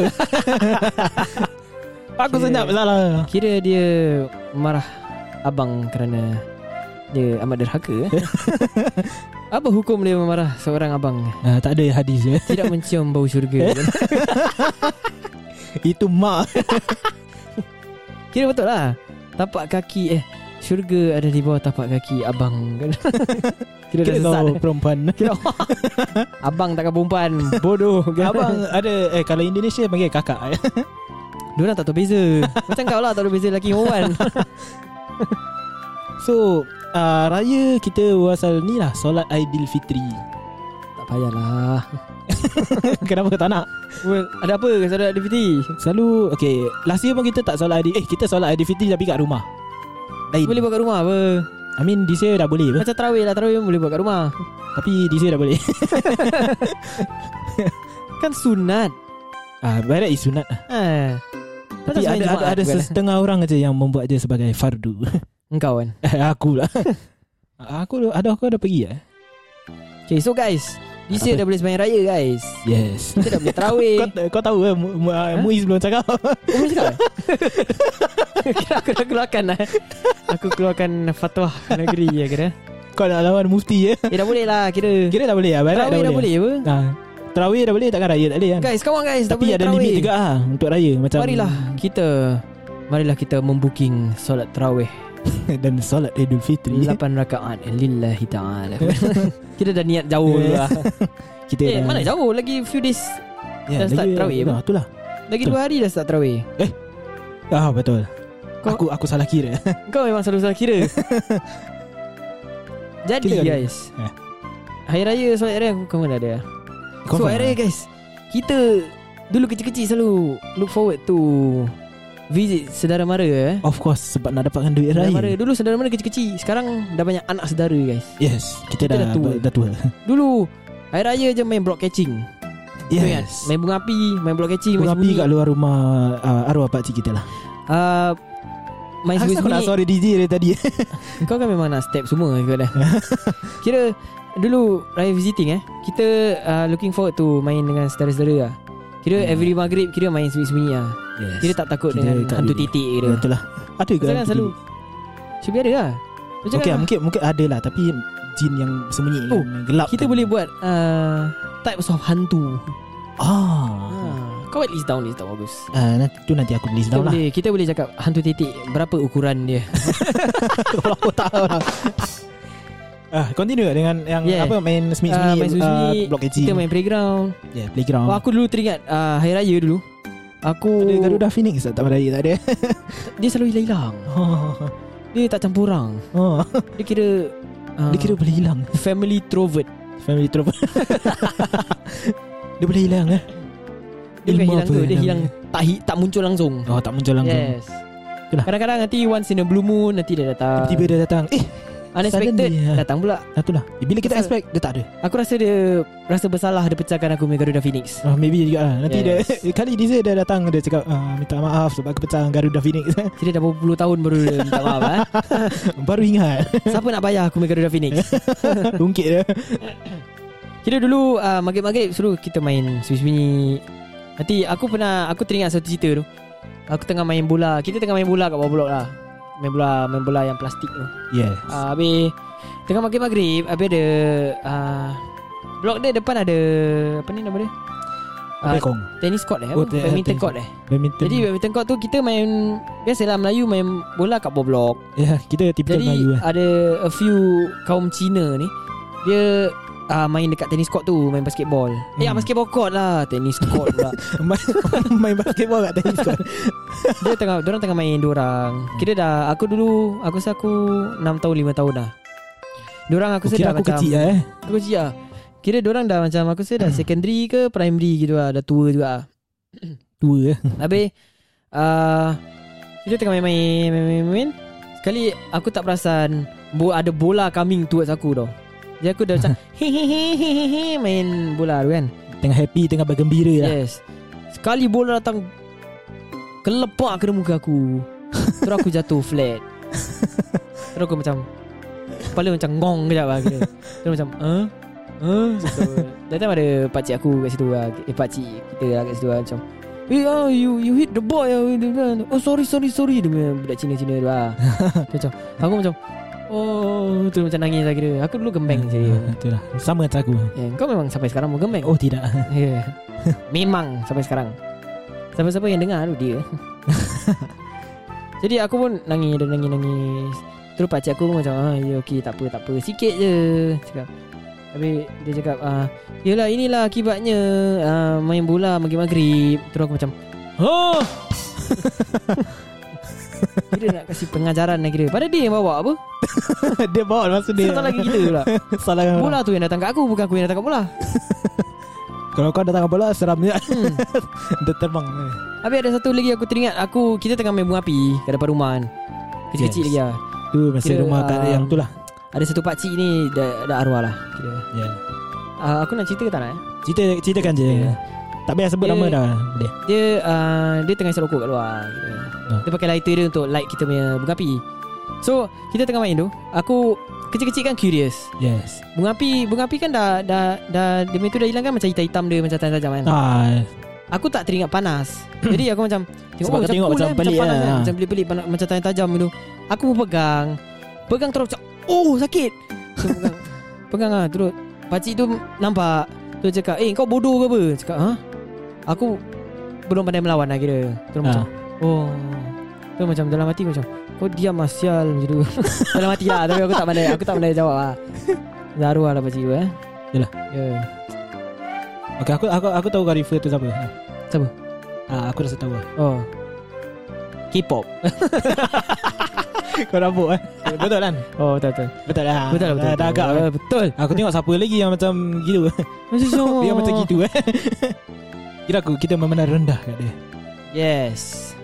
[SPEAKER 1] Okay.
[SPEAKER 2] Aku sedap lah lah
[SPEAKER 1] Kira dia Marah Abang kerana Dia amat derhaka eh. Apa hukum dia memarah seorang abang
[SPEAKER 2] Ah, Tak ada hadis je
[SPEAKER 1] Tidak mencium bau syurga
[SPEAKER 2] Itu mak
[SPEAKER 1] Kira betul lah Tapak kaki eh Syurga ada di bawah tapak kaki abang kan Kira dah
[SPEAKER 2] Kira
[SPEAKER 1] sesat
[SPEAKER 2] kau perempuan
[SPEAKER 1] Abang takkan perempuan Bodoh kan?
[SPEAKER 2] Abang ada eh, Kalau Indonesia panggil kakak eh.
[SPEAKER 1] Diorang tak tahu beza Macam kau lah tak tahu beza lelaki perempuan
[SPEAKER 2] So uh, Raya kita wasal ni lah Solat Aidilfitri
[SPEAKER 1] Tak payahlah
[SPEAKER 2] Kenapa tak nak?
[SPEAKER 1] well, Ada apa saudara aktiviti
[SPEAKER 2] Selalu Okay Last year pun kita tak solat Aidil Eh kita solat Aidilfitri tapi kat rumah Lain
[SPEAKER 1] Boleh buat kat rumah apa
[SPEAKER 2] I mean this year dah boleh apa?
[SPEAKER 1] Macam tarawih lah Tarawih pun boleh buat kat rumah
[SPEAKER 2] Tapi this year dah boleh
[SPEAKER 1] Kan sunat
[SPEAKER 2] Ah, By right is sunat lah
[SPEAKER 1] ha.
[SPEAKER 2] Tapi ada, ada, ada setengah orang aja Yang membuat dia sebagai fardu
[SPEAKER 1] kan, Engkau kan
[SPEAKER 2] Eh, aku lah Aku ada aku dah pergi ya.
[SPEAKER 1] Okay so guys This year
[SPEAKER 2] Apa?
[SPEAKER 1] dah boleh sembahyang raya guys
[SPEAKER 2] Yes.
[SPEAKER 1] Kita dah boleh tarawih
[SPEAKER 2] Kau, kau tahu eh Mu- Mu- ah, Muiz belum cakap.
[SPEAKER 1] Kau boleh cakap Kira aku dah keluarkan lah Aku keluarkan fatwa negeri ya kira
[SPEAKER 2] kau nak lawan mufti ya.
[SPEAKER 1] Eh dah boleh lah kira
[SPEAKER 2] Kira dah boleh ah. Barat
[SPEAKER 1] Tarawih
[SPEAKER 2] dah,
[SPEAKER 1] dah
[SPEAKER 2] boleh.
[SPEAKER 1] boleh apa
[SPEAKER 2] Ah, Terawih dah boleh takkan raya tak boleh kan.
[SPEAKER 1] Guys come on guys dah
[SPEAKER 2] Tapi
[SPEAKER 1] boleh
[SPEAKER 2] ada
[SPEAKER 1] tarawih.
[SPEAKER 2] limit juga ah untuk raya macam
[SPEAKER 1] Marilah kita Marilah kita membooking solat tarawih
[SPEAKER 2] dan solat Idul Fitri.
[SPEAKER 1] 8 rakaat lillahi taala. kita dah niat jauh dulu lah.
[SPEAKER 2] Kita
[SPEAKER 1] Eh,
[SPEAKER 2] dah-
[SPEAKER 1] mana jauh lagi few days.
[SPEAKER 2] Ya,
[SPEAKER 1] dah start
[SPEAKER 2] lagi-
[SPEAKER 1] terawih apa?
[SPEAKER 2] Ah, itulah.
[SPEAKER 1] Lagi
[SPEAKER 2] Betul.
[SPEAKER 1] 2 hari dah start tarawih.
[SPEAKER 2] Ah betul.
[SPEAKER 1] Kau-
[SPEAKER 2] Aku aku salah kira.
[SPEAKER 1] Kau memang selalu salah kira. Jadi
[SPEAKER 2] Kira kan?
[SPEAKER 1] guys.
[SPEAKER 2] Eh.
[SPEAKER 1] Hari raya solat raya aku kau mana ada. So
[SPEAKER 2] lah.
[SPEAKER 1] hari raya guys, kita dulu kecil-kecil selalu look forward to visit saudara mara eh.
[SPEAKER 2] Of course sebab nak dapatkan duit
[SPEAKER 1] Saudara mara
[SPEAKER 2] raya.
[SPEAKER 1] dulu saudara mara kecil-kecil, sekarang dah banyak anak saudara guys.
[SPEAKER 2] Yes, kita,
[SPEAKER 1] Kita
[SPEAKER 2] dah,
[SPEAKER 1] dah tua.
[SPEAKER 2] dah tua.
[SPEAKER 1] Dulu hari raya je main block catching. Kau ingat?
[SPEAKER 2] Yes.
[SPEAKER 1] Main bunga api Main blok kecil
[SPEAKER 2] Bunga
[SPEAKER 1] Main
[SPEAKER 2] api
[SPEAKER 1] sembunyi
[SPEAKER 2] kat luar rumah ah, arwah pak cik kita lah.
[SPEAKER 1] uh, Main
[SPEAKER 2] Asal aku nak
[SPEAKER 1] sembunyi-sembunyi
[SPEAKER 2] suara DJ dari tadi.
[SPEAKER 1] Kau kan memang nak step semua kau dah. Kira Dulu Raya visiting eh Kita uh, looking forward to Main dengan saudara-saudara lah Kira
[SPEAKER 2] Hmm.
[SPEAKER 1] every maghrib Kira main sembunyi-sembunyi lah
[SPEAKER 2] Yes.
[SPEAKER 1] Kira tak takut
[SPEAKER 2] Kita
[SPEAKER 1] dengan
[SPEAKER 2] tak
[SPEAKER 1] Hantu
[SPEAKER 2] boleh.
[SPEAKER 1] titik
[SPEAKER 2] Ya,
[SPEAKER 1] kira
[SPEAKER 2] betul lah. Ada
[SPEAKER 1] Pasal
[SPEAKER 2] ke?
[SPEAKER 1] kan
[SPEAKER 2] hantu
[SPEAKER 1] selalu
[SPEAKER 2] jin?
[SPEAKER 1] Should be ada lah Macam
[SPEAKER 2] Okey,
[SPEAKER 1] okay,
[SPEAKER 2] mungkin mungkin ada lah tapi jin yang sembunyi
[SPEAKER 1] Oh,
[SPEAKER 2] kan, gelap.
[SPEAKER 1] Kita boleh buat uh, Types of hantu
[SPEAKER 2] Ah.
[SPEAKER 1] ha. Kau buat list down List down bagus
[SPEAKER 2] Ah, nanti tu nanti aku tulis
[SPEAKER 1] kita
[SPEAKER 2] down lah.
[SPEAKER 1] boleh, kita boleh cakap Hantu titik Berapa ukuran dia
[SPEAKER 2] aku tahu lah. Ah, continue dengan yang
[SPEAKER 1] Yeah.
[SPEAKER 2] apa
[SPEAKER 1] Ah,
[SPEAKER 2] main sembunyi-sembunyi
[SPEAKER 1] main sembunyi,
[SPEAKER 2] ah, blok
[SPEAKER 1] Kita
[SPEAKER 2] kecil.
[SPEAKER 1] main playground
[SPEAKER 2] yeah, playground.
[SPEAKER 1] Oh, aku dulu teringat uh, Hari Raya dulu Aku
[SPEAKER 2] Hmm. Ada Garuda Phoenix tak tak beraya tak ada.
[SPEAKER 1] Dia selalu hilang-hilang
[SPEAKER 2] Oh.
[SPEAKER 1] Dia tak campur orang
[SPEAKER 2] oh.
[SPEAKER 1] Dia kira uh,
[SPEAKER 2] Dia kira boleh hilang.
[SPEAKER 1] Family trovert
[SPEAKER 2] Family trouble. dia boleh hilang eh.
[SPEAKER 1] Dia bukan
[SPEAKER 2] Ilmu
[SPEAKER 1] hilang
[SPEAKER 2] apa
[SPEAKER 1] tu Dia
[SPEAKER 2] namanya?
[SPEAKER 1] hilang tak, hi, tak muncul langsung
[SPEAKER 2] Oh, tak muncul langsung.
[SPEAKER 1] Yes
[SPEAKER 2] Itulah.
[SPEAKER 1] Kadang-kadang nanti Once in a blue moon Nanti dia datang
[SPEAKER 2] Tiba-tiba dia datang. Eh,
[SPEAKER 1] Unexpected
[SPEAKER 2] suddenly, ah.
[SPEAKER 1] Datang pula
[SPEAKER 2] ah, itulah. Bila kita
[SPEAKER 1] Pasal-
[SPEAKER 2] expect dia tak ada.
[SPEAKER 1] Aku rasa dia Rasa bersalah Dia pecahkan aku punya Garuda Phoenix
[SPEAKER 2] Oh, maybe juga lah Nanti
[SPEAKER 1] Yes.
[SPEAKER 2] dia Kali dia dia datang Dia cakap ah, Minta maaf Sebab aku pecah Garuda Phoenix
[SPEAKER 1] Jadi dah berpuluh tahun baru dia Minta maaf eh.
[SPEAKER 2] Baru ingat
[SPEAKER 1] Siapa nak bayar aku punya Garuda Phoenix
[SPEAKER 2] Ungkit dia
[SPEAKER 1] Kira dulu uh, Maghrib-maghrib Suruh kita main Sembunyi-sembunyi Nanti aku pernah Aku teringat satu cerita tu Aku tengah main bola Kita tengah main bola kat bawah blok lah Main bola Main bola yang plastik tu
[SPEAKER 2] Yes
[SPEAKER 1] uh, Habis Tengah maghrib-maghrib Habis ada uh, Blok dia depan ada Apa ni nama dia
[SPEAKER 2] Apa
[SPEAKER 1] Ah,
[SPEAKER 2] kong
[SPEAKER 1] Tennis court eh oh,
[SPEAKER 2] Oh, te-
[SPEAKER 1] Badminton
[SPEAKER 2] tennis.
[SPEAKER 1] court eh
[SPEAKER 2] Badminton
[SPEAKER 1] Jadi badminton court tu Kita main Biasalah Melayu main bola kat bawah blok
[SPEAKER 2] ya, Kita tipikal
[SPEAKER 1] jadi
[SPEAKER 2] Melayu lah
[SPEAKER 1] ada a few kaum Cina ni Dia uh, main dekat tennis court tu main basketball. Hmm. Ya,
[SPEAKER 2] Hmm.
[SPEAKER 1] basketball court lah, tennis court pula.
[SPEAKER 2] main, main basketball kat tenis court
[SPEAKER 1] dia tengah dia orang tengah main dia orang. Kira dah aku dulu aku rasa aku 6 tahun 5 tahun dah. Dia orang aku
[SPEAKER 2] Aku
[SPEAKER 1] rasa
[SPEAKER 2] kira
[SPEAKER 1] dah
[SPEAKER 2] aku
[SPEAKER 1] macam
[SPEAKER 2] kecil lah eh Hmm.
[SPEAKER 1] Aku kecil lah. Kira dia orang dah macam aku rasa dah secondary ke primary gitu lah, dah tua juga. lah.
[SPEAKER 2] Tua eh
[SPEAKER 1] Habis uh, Kita tengah main-main Main-main Sekali aku tak perasan bo- Ada bola coming towards aku tau Jadi aku dah macam Hehehehehe Main bola tu kan
[SPEAKER 2] Tengah happy Tengah bergembira lah
[SPEAKER 1] Yes Sekali bola datang Kelepak kena muka aku Terus aku jatuh flat Terus aku macam Kepala macam ngong kejap lah kira. Terus macam Huh? Huh? So, that time ada pakcik aku kat situ lah Eh pakcik kita lah kat situ lah Macam Eh oh, you you hit the boy ah." Dia bilang, Oh sorry sorry sorry Dia punya budak Cina-Cina tu lah Dia macam Aku macam Oh Terus macam nangis lah kira Aku dulu gembeng je
[SPEAKER 2] Ah, Itulah Sama macam aku
[SPEAKER 1] yeah, Kau memang sampai sekarang mau gembeng
[SPEAKER 2] Oh tidak
[SPEAKER 1] Ya. Memang sampai sekarang. Siapa-siapa yang dengar tu dia. Jadi aku pun nangis dan nangis nangis. Terus pakcik aku pun macam ah ya okey tak apa tak apa sikit je cakap. Tapi dia cakap ah yalah inilah akibatnya ah, main bola maghrib-maghrib. Terus aku macam
[SPEAKER 2] Oh
[SPEAKER 1] kira nak kasih pengajaran lah kira. Pada dia yang bawa apa?
[SPEAKER 2] Dia bawa masa dia
[SPEAKER 1] Satu lagi kita pula.
[SPEAKER 2] Salah orang.
[SPEAKER 1] Bola tu yang datang kat aku bukan aku yang datang kat bola.
[SPEAKER 2] Kalau kau datang ke bola Seram je
[SPEAKER 1] Hmm.
[SPEAKER 2] Dia terbang eh.
[SPEAKER 1] Habis ada satu lagi aku teringat aku kita tengah main bunga api kat depan rumah kan. Kecil-kecil
[SPEAKER 2] Yes.
[SPEAKER 1] lagi lah.
[SPEAKER 2] Tu masa
[SPEAKER 1] Kira,
[SPEAKER 2] rumah kat
[SPEAKER 1] um,
[SPEAKER 2] yang tu lah
[SPEAKER 1] Ada satu pakcik ni Dah, dah arwah lah kira.
[SPEAKER 2] yeah.
[SPEAKER 1] Uh, Aku nak cerita ke tak nak eh?
[SPEAKER 2] Cerita Ceritakan je ya.
[SPEAKER 1] Ya.
[SPEAKER 2] Tak payah sebut
[SPEAKER 1] Dia-
[SPEAKER 2] nama dah Dia
[SPEAKER 1] Dia uh, Dia tengah isap rokok kat luar kira.
[SPEAKER 2] Ah.
[SPEAKER 1] Dia pakai lighter dia untuk light kita punya bunga api So Kita tengah main tu Aku Kecil-kecil kan curious
[SPEAKER 2] Yes
[SPEAKER 1] Bunga api Bunga api kan dah Dah, dah Dia punya tu dah hilang kan Macam hitam-hitam dia Macam tajam-tajam kan
[SPEAKER 2] Ah,
[SPEAKER 1] Aku tak teringat panas Jadi aku macam tengok,
[SPEAKER 2] Hmm. Sebab kau tengok macam
[SPEAKER 1] eh,
[SPEAKER 2] pelik
[SPEAKER 1] panas
[SPEAKER 2] lah.
[SPEAKER 1] kan? Macam pelik-pelik panas- Macam tajam-tajam gitu Aku pun pegang Pegang terus macam Oh sakit so, pegang, pegang lah terus Pakcik tu nampak Tu cakap Eh kau bodoh ke apa Cakap ha Aku Belum pandai melawan lah kira Terus
[SPEAKER 2] Ah.
[SPEAKER 1] macam Oh Terus macam dalam hati aku macam Kau diam lah sial Macam tu Dalam hati lah Tapi aku tak pandai Aku tak pandai jawab lah Zaruah lah pakcik tu eh
[SPEAKER 2] Yalah.
[SPEAKER 1] yeah.
[SPEAKER 2] Okay aku aku aku tahu kau refer tu siapa.
[SPEAKER 1] Siapa?
[SPEAKER 2] Ah aku rasa tahu lah.
[SPEAKER 1] Oh K-pop
[SPEAKER 2] kau rabuk eh. Betul kan?
[SPEAKER 1] Oh tak tak
[SPEAKER 2] Betul lah.
[SPEAKER 1] Betul lah betul.
[SPEAKER 2] Dah agak.
[SPEAKER 1] Ah, betul.
[SPEAKER 2] Aku tengok siapa lagi yang macam gitu.
[SPEAKER 1] Macam so.
[SPEAKER 2] Dia macam gitu eh. Kira aku kita memandang rendah kat dia.
[SPEAKER 1] Yes.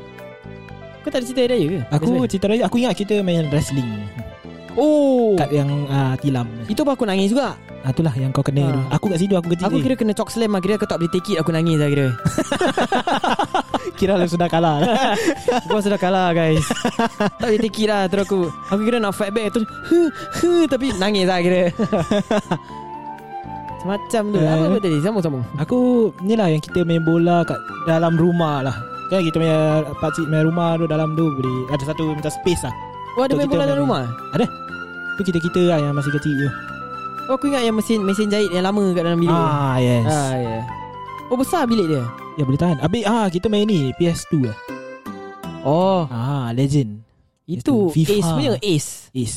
[SPEAKER 1] Kau tak ada cerita raya ke? kan?
[SPEAKER 2] Aku
[SPEAKER 1] Best
[SPEAKER 2] cerita raya aku ingat kita main wrestling
[SPEAKER 1] man. oh.
[SPEAKER 2] kat yang ah, tilam.
[SPEAKER 1] Itu pun aku nangis juga.
[SPEAKER 2] Ah itulah yang kau kena
[SPEAKER 1] Ah.
[SPEAKER 2] tu. Aku kat situ aku kecil.
[SPEAKER 1] Aku kira kena chok slam lah. Kira aku tak boleh take it. Aku nangis lah kira.
[SPEAKER 2] kira lah sudah kalah.
[SPEAKER 1] Gua sudah kalah guys. tak boleh take it lah. Terus aku. Aku kira nak fight back. Terus. Huh, huh, tapi nangis lah kira. Macam
[SPEAKER 2] Eh.
[SPEAKER 1] tu. Apa apa tadi? Sambung-sambung.
[SPEAKER 2] aku ni lah yang kita main bola kat dalam rumah lah. Kan kita punya pakcik main rumah tu dalam tu boleh ada satu macam space lah.
[SPEAKER 1] Oh ada
[SPEAKER 2] Betul,
[SPEAKER 1] main
[SPEAKER 2] kita
[SPEAKER 1] bola
[SPEAKER 2] main-
[SPEAKER 1] dalam rumah?
[SPEAKER 2] Tu kita-kita lah yang masih kecil tu.
[SPEAKER 1] Oh aku ingat yang mesin mesin jahit yang lama kat dalam bilik.
[SPEAKER 2] Ah yes.
[SPEAKER 1] Ah, yeah. Oh besar bilik dia?
[SPEAKER 2] Ya boleh tahan Habis ah, kita main ni PS2 lah
[SPEAKER 1] Oh
[SPEAKER 2] Ah legend
[SPEAKER 1] Itu
[SPEAKER 2] Itu
[SPEAKER 1] Ace
[SPEAKER 2] FIFA.
[SPEAKER 1] punya Ace
[SPEAKER 2] Is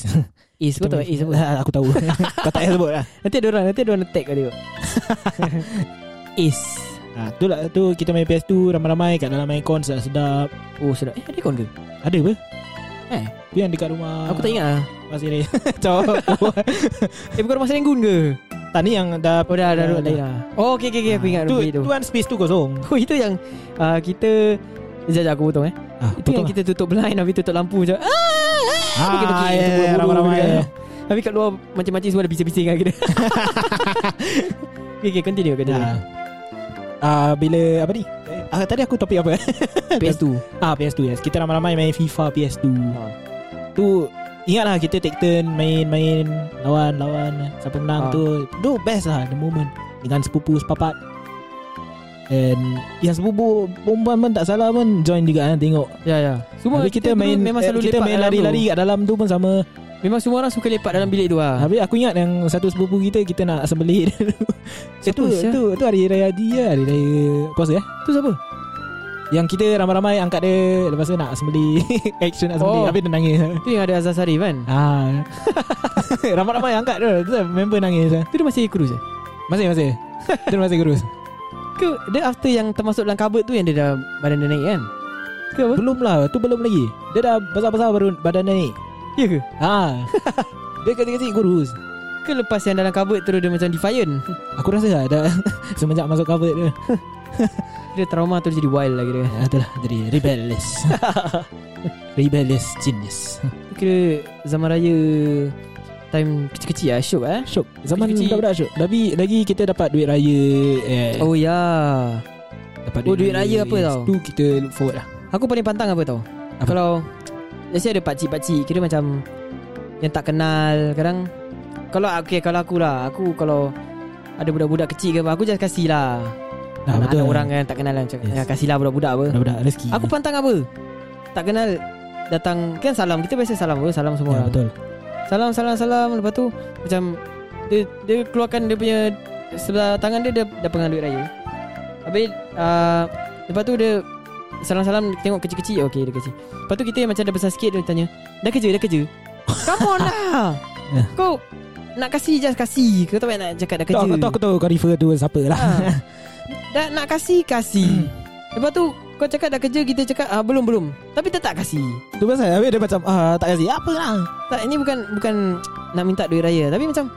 [SPEAKER 1] Ace kau tahu Ace apa
[SPEAKER 2] Ah, Aku tahu Kau tak payah sebut lah
[SPEAKER 1] Nanti ada orang Nanti ada orang tag kau tengok Ace
[SPEAKER 2] ah, tu, lah, tu kita main PS2 Ramai-ramai kat dalam main cons Sedap
[SPEAKER 1] Oh sedap Eh ada kon ke
[SPEAKER 2] Ada apa?
[SPEAKER 1] Eh?
[SPEAKER 2] Tu yang dekat rumah
[SPEAKER 1] Aku tak ingat lah
[SPEAKER 2] Pasir ni Cawak
[SPEAKER 1] Eh bukan rumah Serenggun ke
[SPEAKER 2] Tak ni yang dah
[SPEAKER 1] Oh dah dah
[SPEAKER 2] dah-
[SPEAKER 1] lain lah Oh okay okay, okay aku ingat
[SPEAKER 2] tu,
[SPEAKER 1] rumah
[SPEAKER 2] tu
[SPEAKER 1] tu
[SPEAKER 2] kan space tu kosong
[SPEAKER 1] Oh itu yang ah, Kita Sekejap sekejap, aku potong eh
[SPEAKER 2] ah,
[SPEAKER 1] Itu yang kita tutup blind Habis tutup lampu macam ah,
[SPEAKER 2] Ah,
[SPEAKER 1] pergi-pergi,
[SPEAKER 2] ya,
[SPEAKER 1] macam buru-buru
[SPEAKER 2] ramai-ramai
[SPEAKER 1] gitu kan. Habis kat luar Macam-macam semua ada bising-bising kan kita Okay okay continue continue
[SPEAKER 2] Ah. Ah, bila apa ni? Eh, Ah, tadi aku topik apa?
[SPEAKER 1] PS2
[SPEAKER 2] Ah PS2 yes Kita ramai-ramai main FIFA PS2
[SPEAKER 1] Ah.
[SPEAKER 2] Tu Ingatlah kita take turn Main-main Lawan-lawan Siapa menang
[SPEAKER 1] Ah.
[SPEAKER 2] tu Tu best lah The moment Dengan sepupu sepapat And Yang sepupu Perempuan pun tak salah pun Join juga kan tengok
[SPEAKER 1] Ya ya Semua
[SPEAKER 2] Habis kita, main
[SPEAKER 1] dulu Memang
[SPEAKER 2] eh,
[SPEAKER 1] selalu
[SPEAKER 2] Kita
[SPEAKER 1] lepak
[SPEAKER 2] main
[SPEAKER 1] dalam tu.
[SPEAKER 2] lari-lari kat dalam tu pun sama
[SPEAKER 1] Memang semua orang suka lepak dalam bilik tu lah
[SPEAKER 2] Habis aku ingat yang Satu sepupu kita Kita nak sembelih dia dulu. Eh,
[SPEAKER 1] Siapa,
[SPEAKER 2] tu,
[SPEAKER 1] siapa?
[SPEAKER 2] ya, tu, tu hari raya dia Hari raya Puasa eh
[SPEAKER 1] Tu siapa?
[SPEAKER 2] Yang kita ramai-ramai angkat dia Lepas tu nak sembeli Action nak sembeli
[SPEAKER 1] Oh.
[SPEAKER 2] Habis dia nangis
[SPEAKER 1] Itu yang ada Azhar Sarif kan
[SPEAKER 2] ah. Ramai-ramai angkat dia Lepas tu lah, Member nangis
[SPEAKER 1] Itu dia masih kurus eh
[SPEAKER 2] Masih masih Dia masih kurus
[SPEAKER 1] Ke dia after yang termasuk dalam cupboard tu Yang dia dah badan dia naik kan Ke apa
[SPEAKER 2] Belum lah Tu belum lagi Dia dah besar-besar baru badan dia ni
[SPEAKER 1] Ya ke
[SPEAKER 2] ha. Dia kecil-kecil kurus
[SPEAKER 1] Ke lepas yang dalam cupboard tu Dia macam defiant
[SPEAKER 2] Aku rasa lah dah Semenjak masuk cover dia
[SPEAKER 1] Dia trauma tu dia jadi wild lah lagi dia
[SPEAKER 2] Ya, itulah jadi rebellious. rebellious jenis.
[SPEAKER 1] Tu kira zaman raya Time kecil-kecil lah Syok eh
[SPEAKER 2] Syok. Zaman
[SPEAKER 1] Kecil-kecil.
[SPEAKER 2] budak-budak syok. Tapi lagi kita dapat duit raya eh,
[SPEAKER 1] Oh ya
[SPEAKER 2] dapat
[SPEAKER 1] oh, duit raya apa
[SPEAKER 2] yes.
[SPEAKER 1] tau?
[SPEAKER 2] Tu kita look forward lah.
[SPEAKER 1] Aku paling pantang apa tau
[SPEAKER 2] Apa?
[SPEAKER 1] Kalau Let's say ada pakcik-pakcik Kira macam Yang tak kenal Kadang Kalau okay, kalau aku lah Aku kalau Ada budak-budak kecil ke apa Aku just kasih lah
[SPEAKER 2] Nah,
[SPEAKER 1] Anak-anak
[SPEAKER 2] Ah, betul.
[SPEAKER 1] orang kan tak kenal kan
[SPEAKER 2] Yes.
[SPEAKER 1] yes. Kasih lah budak-budak apa
[SPEAKER 2] budak-budak rezeki.
[SPEAKER 1] Aku pantang apa Tak kenal Datang Kan salam Kita biasa salam apa Salam semua
[SPEAKER 2] ya,
[SPEAKER 1] orang
[SPEAKER 2] betul.
[SPEAKER 1] Salam salam salam Lepas tu Macam Dia, dia keluarkan dia punya Sebelah tangan dia Dia, dia pegang duit raya Habis uh, Lepas tu dia Salam salam Tengok kecil-kecil Okay dia kecil Lepas tu kita yang macam dah besar sikit Dia tanya Dah kerja dah kerja Come on lah
[SPEAKER 2] Ya.
[SPEAKER 1] Kau Nak kasih just kasih Kau tak payah nak cakap dah kerja
[SPEAKER 2] Tahu aku tahu aku tahu kau refer tu siapa lah.
[SPEAKER 1] Ah. Dah nak kasih
[SPEAKER 2] Hmm.
[SPEAKER 1] Kasih Lepas tu Kau cakap dah kerja Kita cakap ah, Belum belum Tapi tetap kasih
[SPEAKER 2] tu pasal habis dia macam ah tak kasi apa lah.
[SPEAKER 1] Tak ini bukan Bukan Nak minta duit raya Tapi macam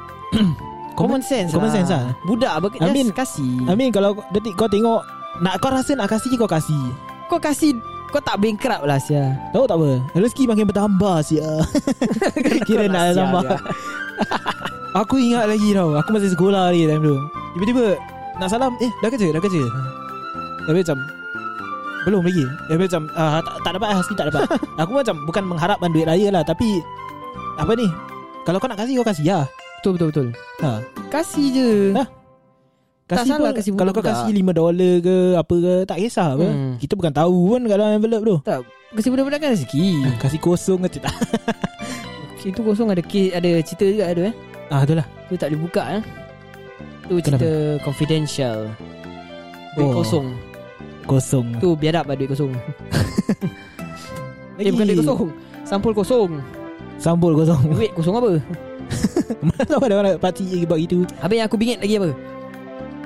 [SPEAKER 1] Common, sense
[SPEAKER 2] common
[SPEAKER 1] lah.
[SPEAKER 2] sense lah.
[SPEAKER 1] Budak apa
[SPEAKER 2] I mean-
[SPEAKER 1] Just kasih
[SPEAKER 2] I mean kalau dia ti- kau tengok nak kau rasa nak kasih kau kasih.
[SPEAKER 1] Kau kasih Kau tak bankrupt lah Sia
[SPEAKER 2] Tahu tak apa? Rezeki makin bertambah sia. Kira
[SPEAKER 1] Kau
[SPEAKER 2] nak
[SPEAKER 1] sia
[SPEAKER 2] tambah.
[SPEAKER 1] dia.
[SPEAKER 2] Aku ingat lagi tau Aku masih sekolah lagi time tu Tiba-tiba Nak salam Eh dah kerja Dah kerja Tapi macam Belum lagi Tapi macam ah, tak, tak dapat lah Asli tak dapat Aku macam Bukan mengharapkan duit raya lah Tapi Apa ni Kalau kau nak kasih Kau kasih lah
[SPEAKER 1] Betul betul betul
[SPEAKER 2] ha.
[SPEAKER 1] Kasih je
[SPEAKER 2] Ha,
[SPEAKER 1] Tak
[SPEAKER 2] Kasih
[SPEAKER 1] salah
[SPEAKER 2] pun,
[SPEAKER 1] kasih
[SPEAKER 2] Kalau kau
[SPEAKER 1] budak-budak.
[SPEAKER 2] kasih 5 dolar ke Apa ke Tak kisah apa
[SPEAKER 1] Hmm.
[SPEAKER 2] Kita bukan tahu pun Dalam envelope tu
[SPEAKER 1] Kasih budak-budak kan rezeki
[SPEAKER 2] Kasih kosong ke tak
[SPEAKER 1] Itu kosong ada case, Ada cerita juga ada eh
[SPEAKER 2] Ah itulah
[SPEAKER 1] Tu tak boleh buka eh Tu cerita confidential Duit
[SPEAKER 2] Oh.
[SPEAKER 1] kosong
[SPEAKER 2] Kosong
[SPEAKER 1] Tu biadab lah duit kosong Eh bukan duit kosong Sampul kosong
[SPEAKER 2] Sambul kosong
[SPEAKER 1] Duit kosong apa
[SPEAKER 2] Mana tahu ada orang Pakcik buat gitu
[SPEAKER 1] Habis yang aku bingit lagi apa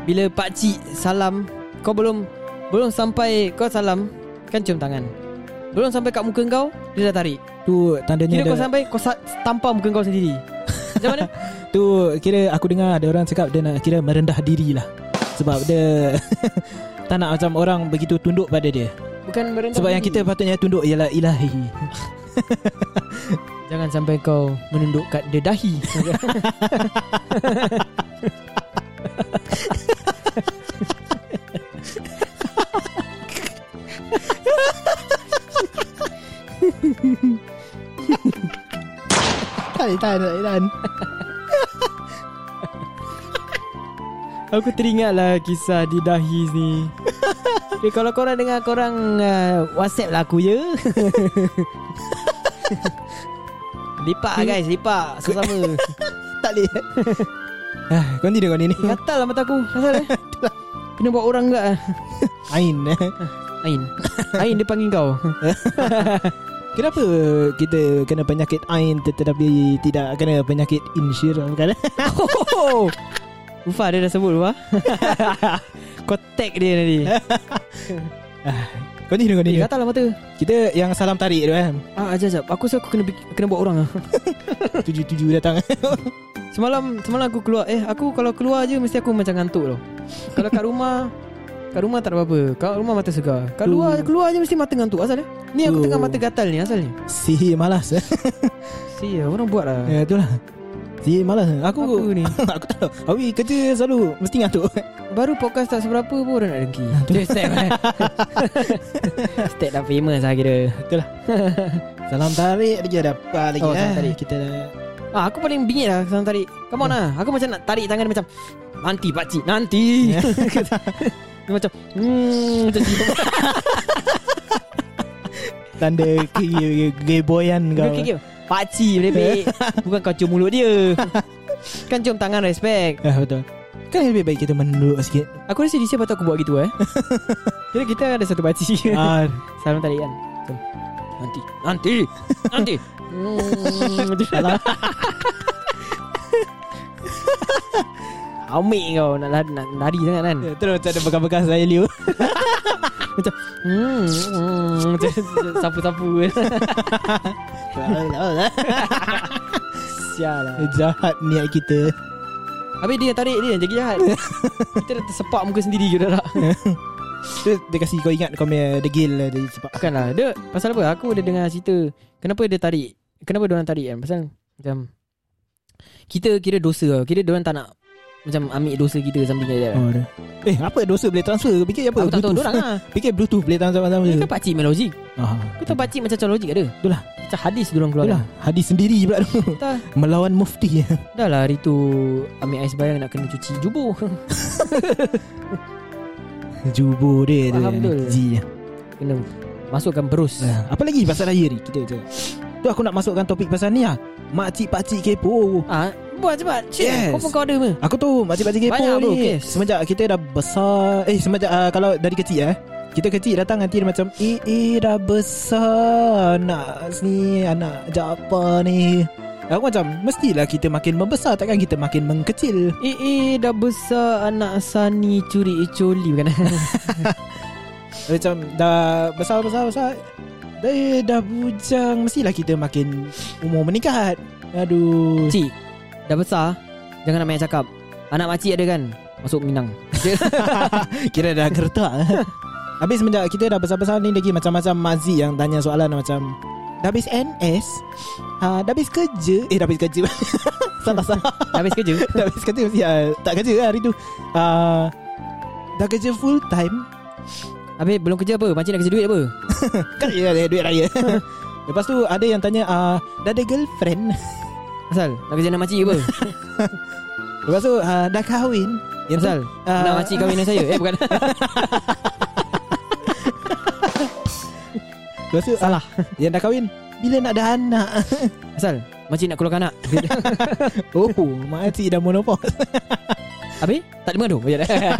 [SPEAKER 1] Bila pakcik salam Kau belum Belum sampai Kau salam Kan cium tangan Belum sampai kat muka kau Dia dah tarik
[SPEAKER 2] Tu tandanya
[SPEAKER 1] Kira
[SPEAKER 2] ada-
[SPEAKER 1] kau sampai Kau sa- tampar muka kau sendiri Macam mana
[SPEAKER 2] Tu kira aku dengar ada orang cakap dia nak kira merendah diri lah Sebab dia tak nak macam orang begitu tunduk pada dia
[SPEAKER 1] Bukan merendah
[SPEAKER 2] Sebab
[SPEAKER 1] diri.
[SPEAKER 2] yang kita patutnya tunduk ialah ilahi
[SPEAKER 1] Jangan sampai kau Menundukkan dia dahi
[SPEAKER 2] Tak tahan, tak tahan
[SPEAKER 1] Aku teringatlah Kisah di dahi ni Okay, kalau korang dengar korang uh, WhatsApp lah aku ya Lipat lah guys Lipat Sama-sama
[SPEAKER 2] Tak boleh ah, Continue kau ni ni
[SPEAKER 1] Gatal lah mata aku Asal eh Kena buat orang eh? pula
[SPEAKER 2] Ain
[SPEAKER 1] Ain Ain dia panggil kau
[SPEAKER 2] Kenapa kita kena penyakit Ain tetapi tidak kena penyakit Insyir Bukan
[SPEAKER 1] oh. Ufa dia dah sebut Ufa Kau tag dia tadi
[SPEAKER 2] Ah, Continue kau
[SPEAKER 1] Eh
[SPEAKER 2] ni
[SPEAKER 1] gatal lah mata
[SPEAKER 2] Kita yang salam tarik tu kan
[SPEAKER 1] Ah, Ajak ajak Aku rasa aku kena, bik- kena buat orang lah
[SPEAKER 2] Tujuh-tujuh datang
[SPEAKER 1] Semalam Semalam aku keluar Eh aku kalau keluar je Mesti aku macam ngantuk tau Kalau kat rumah Kat rumah tak ada apa-apa Kat rumah mata segar Kat
[SPEAKER 2] Tu.
[SPEAKER 1] luar Keluar je mesti mata ngantuk Asal eh Ni aku
[SPEAKER 2] Tu.
[SPEAKER 1] tengah mata gatal ni Asal ni
[SPEAKER 2] Si malas
[SPEAKER 1] Sia orang buat lah
[SPEAKER 2] Ya itulah Si malas Aku,
[SPEAKER 1] Aku ni
[SPEAKER 2] Aku tak tahu Awi kerja selalu Mesti ngantuk
[SPEAKER 1] Baru podcast tak seberapa pun orang nak dengki Dia step eh Step dah famous lah kira
[SPEAKER 2] Salam tarik Dia ada apa lagi
[SPEAKER 1] Oh,
[SPEAKER 2] eh?
[SPEAKER 1] salam tarik.
[SPEAKER 2] Kita dah-
[SPEAKER 1] ah, Aku paling bingit lah Salam tarik Come on lah Aku macam nak tarik tangan dia macam Nanti pakcik Nanti Dia macam Hmm Macam cium
[SPEAKER 2] Tanda ke- ke- Geboyan kau
[SPEAKER 1] Dia kira Pakcik lebih Bukan kau cium mulut dia Kan cium tangan respect
[SPEAKER 2] Ya betul Kan lebih baik kita menunduk sikit
[SPEAKER 1] Aku rasa DC patut aku buat gitu eh Kira kita ada satu baci
[SPEAKER 2] ah,
[SPEAKER 1] Salam tadi kan Macam, Nanti Nanti Nanti Hmm, macam tu. Amik kau nak lari, nak lari sangat kan
[SPEAKER 2] Terus macam ada bekas-bekas saya liu
[SPEAKER 1] Hmm, hmm, Macam sapu-sapu Sial lah
[SPEAKER 2] Jahat niat kita
[SPEAKER 1] Habis dia yang tarik dia yang jadi jahat Kita dah tersepak muka sendiri je dah
[SPEAKER 2] Terus dia kasi kau ingat kau punya degil lah Dia sebab
[SPEAKER 1] Bukan lah Dia Pasal apa Aku ada dengar cerita Kenapa dia tarik Kenapa dia orang tarik kan Pasal Macam Kita kira dosa tau. Kira dia orang tak nak Macam ambil dosa kita Something like that
[SPEAKER 2] oh, dia. Eh apa dosa boleh transfer Kau Fikir apa
[SPEAKER 1] Aku tak tahu
[SPEAKER 2] Bluetooth?
[SPEAKER 1] Diorang lah
[SPEAKER 2] Fikir bluetooth boleh transfer sama-sama
[SPEAKER 1] Dia kan pakcik main logik
[SPEAKER 2] ah.
[SPEAKER 1] Kau tahu pakcik macam macam logik kat dia
[SPEAKER 2] Itulah.
[SPEAKER 1] Macam hadis diorang keluar kan.
[SPEAKER 2] Itulah Hadis sendiri pula tu
[SPEAKER 1] Dah,
[SPEAKER 2] Melawan mufti
[SPEAKER 1] dah lah hari tu Ambil ais bayang nak kena cuci jubur
[SPEAKER 2] Jubur dia
[SPEAKER 1] Faham
[SPEAKER 2] tu
[SPEAKER 1] betul.
[SPEAKER 2] Ji
[SPEAKER 1] Kena Masukkan berus
[SPEAKER 2] Ah, Apa lagi pasal raya ni Kita je Tu aku nak masukkan topik pasal ni lah Makcik-pakcik kepo
[SPEAKER 1] Ah, Buat cepat Cik
[SPEAKER 2] Yes.
[SPEAKER 1] yes. Kau pun kau ada apa
[SPEAKER 2] Aku tahu makcik-pakcik kepo
[SPEAKER 1] Banyak
[SPEAKER 2] ni
[SPEAKER 1] bro, kes.
[SPEAKER 2] Semenjak kita dah besar Eh semenjak uh, kalau dari kecil eh Kita kecil datang nanti dia macam Eh eh dah besar Anak ni Anak japa ni Aku macam Mestilah kita makin membesar Takkan kita makin mengkecil
[SPEAKER 1] Eh eh dah besar anak Sani curi icoli bukan
[SPEAKER 2] Macam dah besar-besar-besar Dah, dah bujang Mestilah kita makin Umur meningkat Aduh
[SPEAKER 1] Cik Dah besar Jangan nak banyak cakap Anak makcik ada kan Masuk Minang
[SPEAKER 2] Kira dah gertak Habis semenjak kita dah besar-besar ni lagi Macam-macam Mazi yang tanya soalan macam Dah habis NS ha, Dah habis kerja Eh dah habis kerja Salah-salah
[SPEAKER 1] Dah habis kerja
[SPEAKER 2] Dah habis kerja mesti ah, Tak kerja lah hari tu Ah, Dah kerja full time
[SPEAKER 1] Habis belum kerja apa Makcik nak kasi duit apa
[SPEAKER 2] Kan ya ada duit raya Lepas tu ada yang tanya ah, Dah ada girlfriend
[SPEAKER 1] Asal Nak kerja anak makcik apa
[SPEAKER 2] Lepas tu ah, Dah kahwin Yang tu,
[SPEAKER 1] Asal
[SPEAKER 2] ah,
[SPEAKER 1] Anak makcik kahwin dengan saya Eh bukan
[SPEAKER 2] Lepas tu Salah Yang dah kahwin Bila nak ada anak
[SPEAKER 1] Asal Makcik nak keluarkan anak
[SPEAKER 2] Oh Makcik dah monopause
[SPEAKER 1] Habis Tak boleh mengandung Macam mana? eh.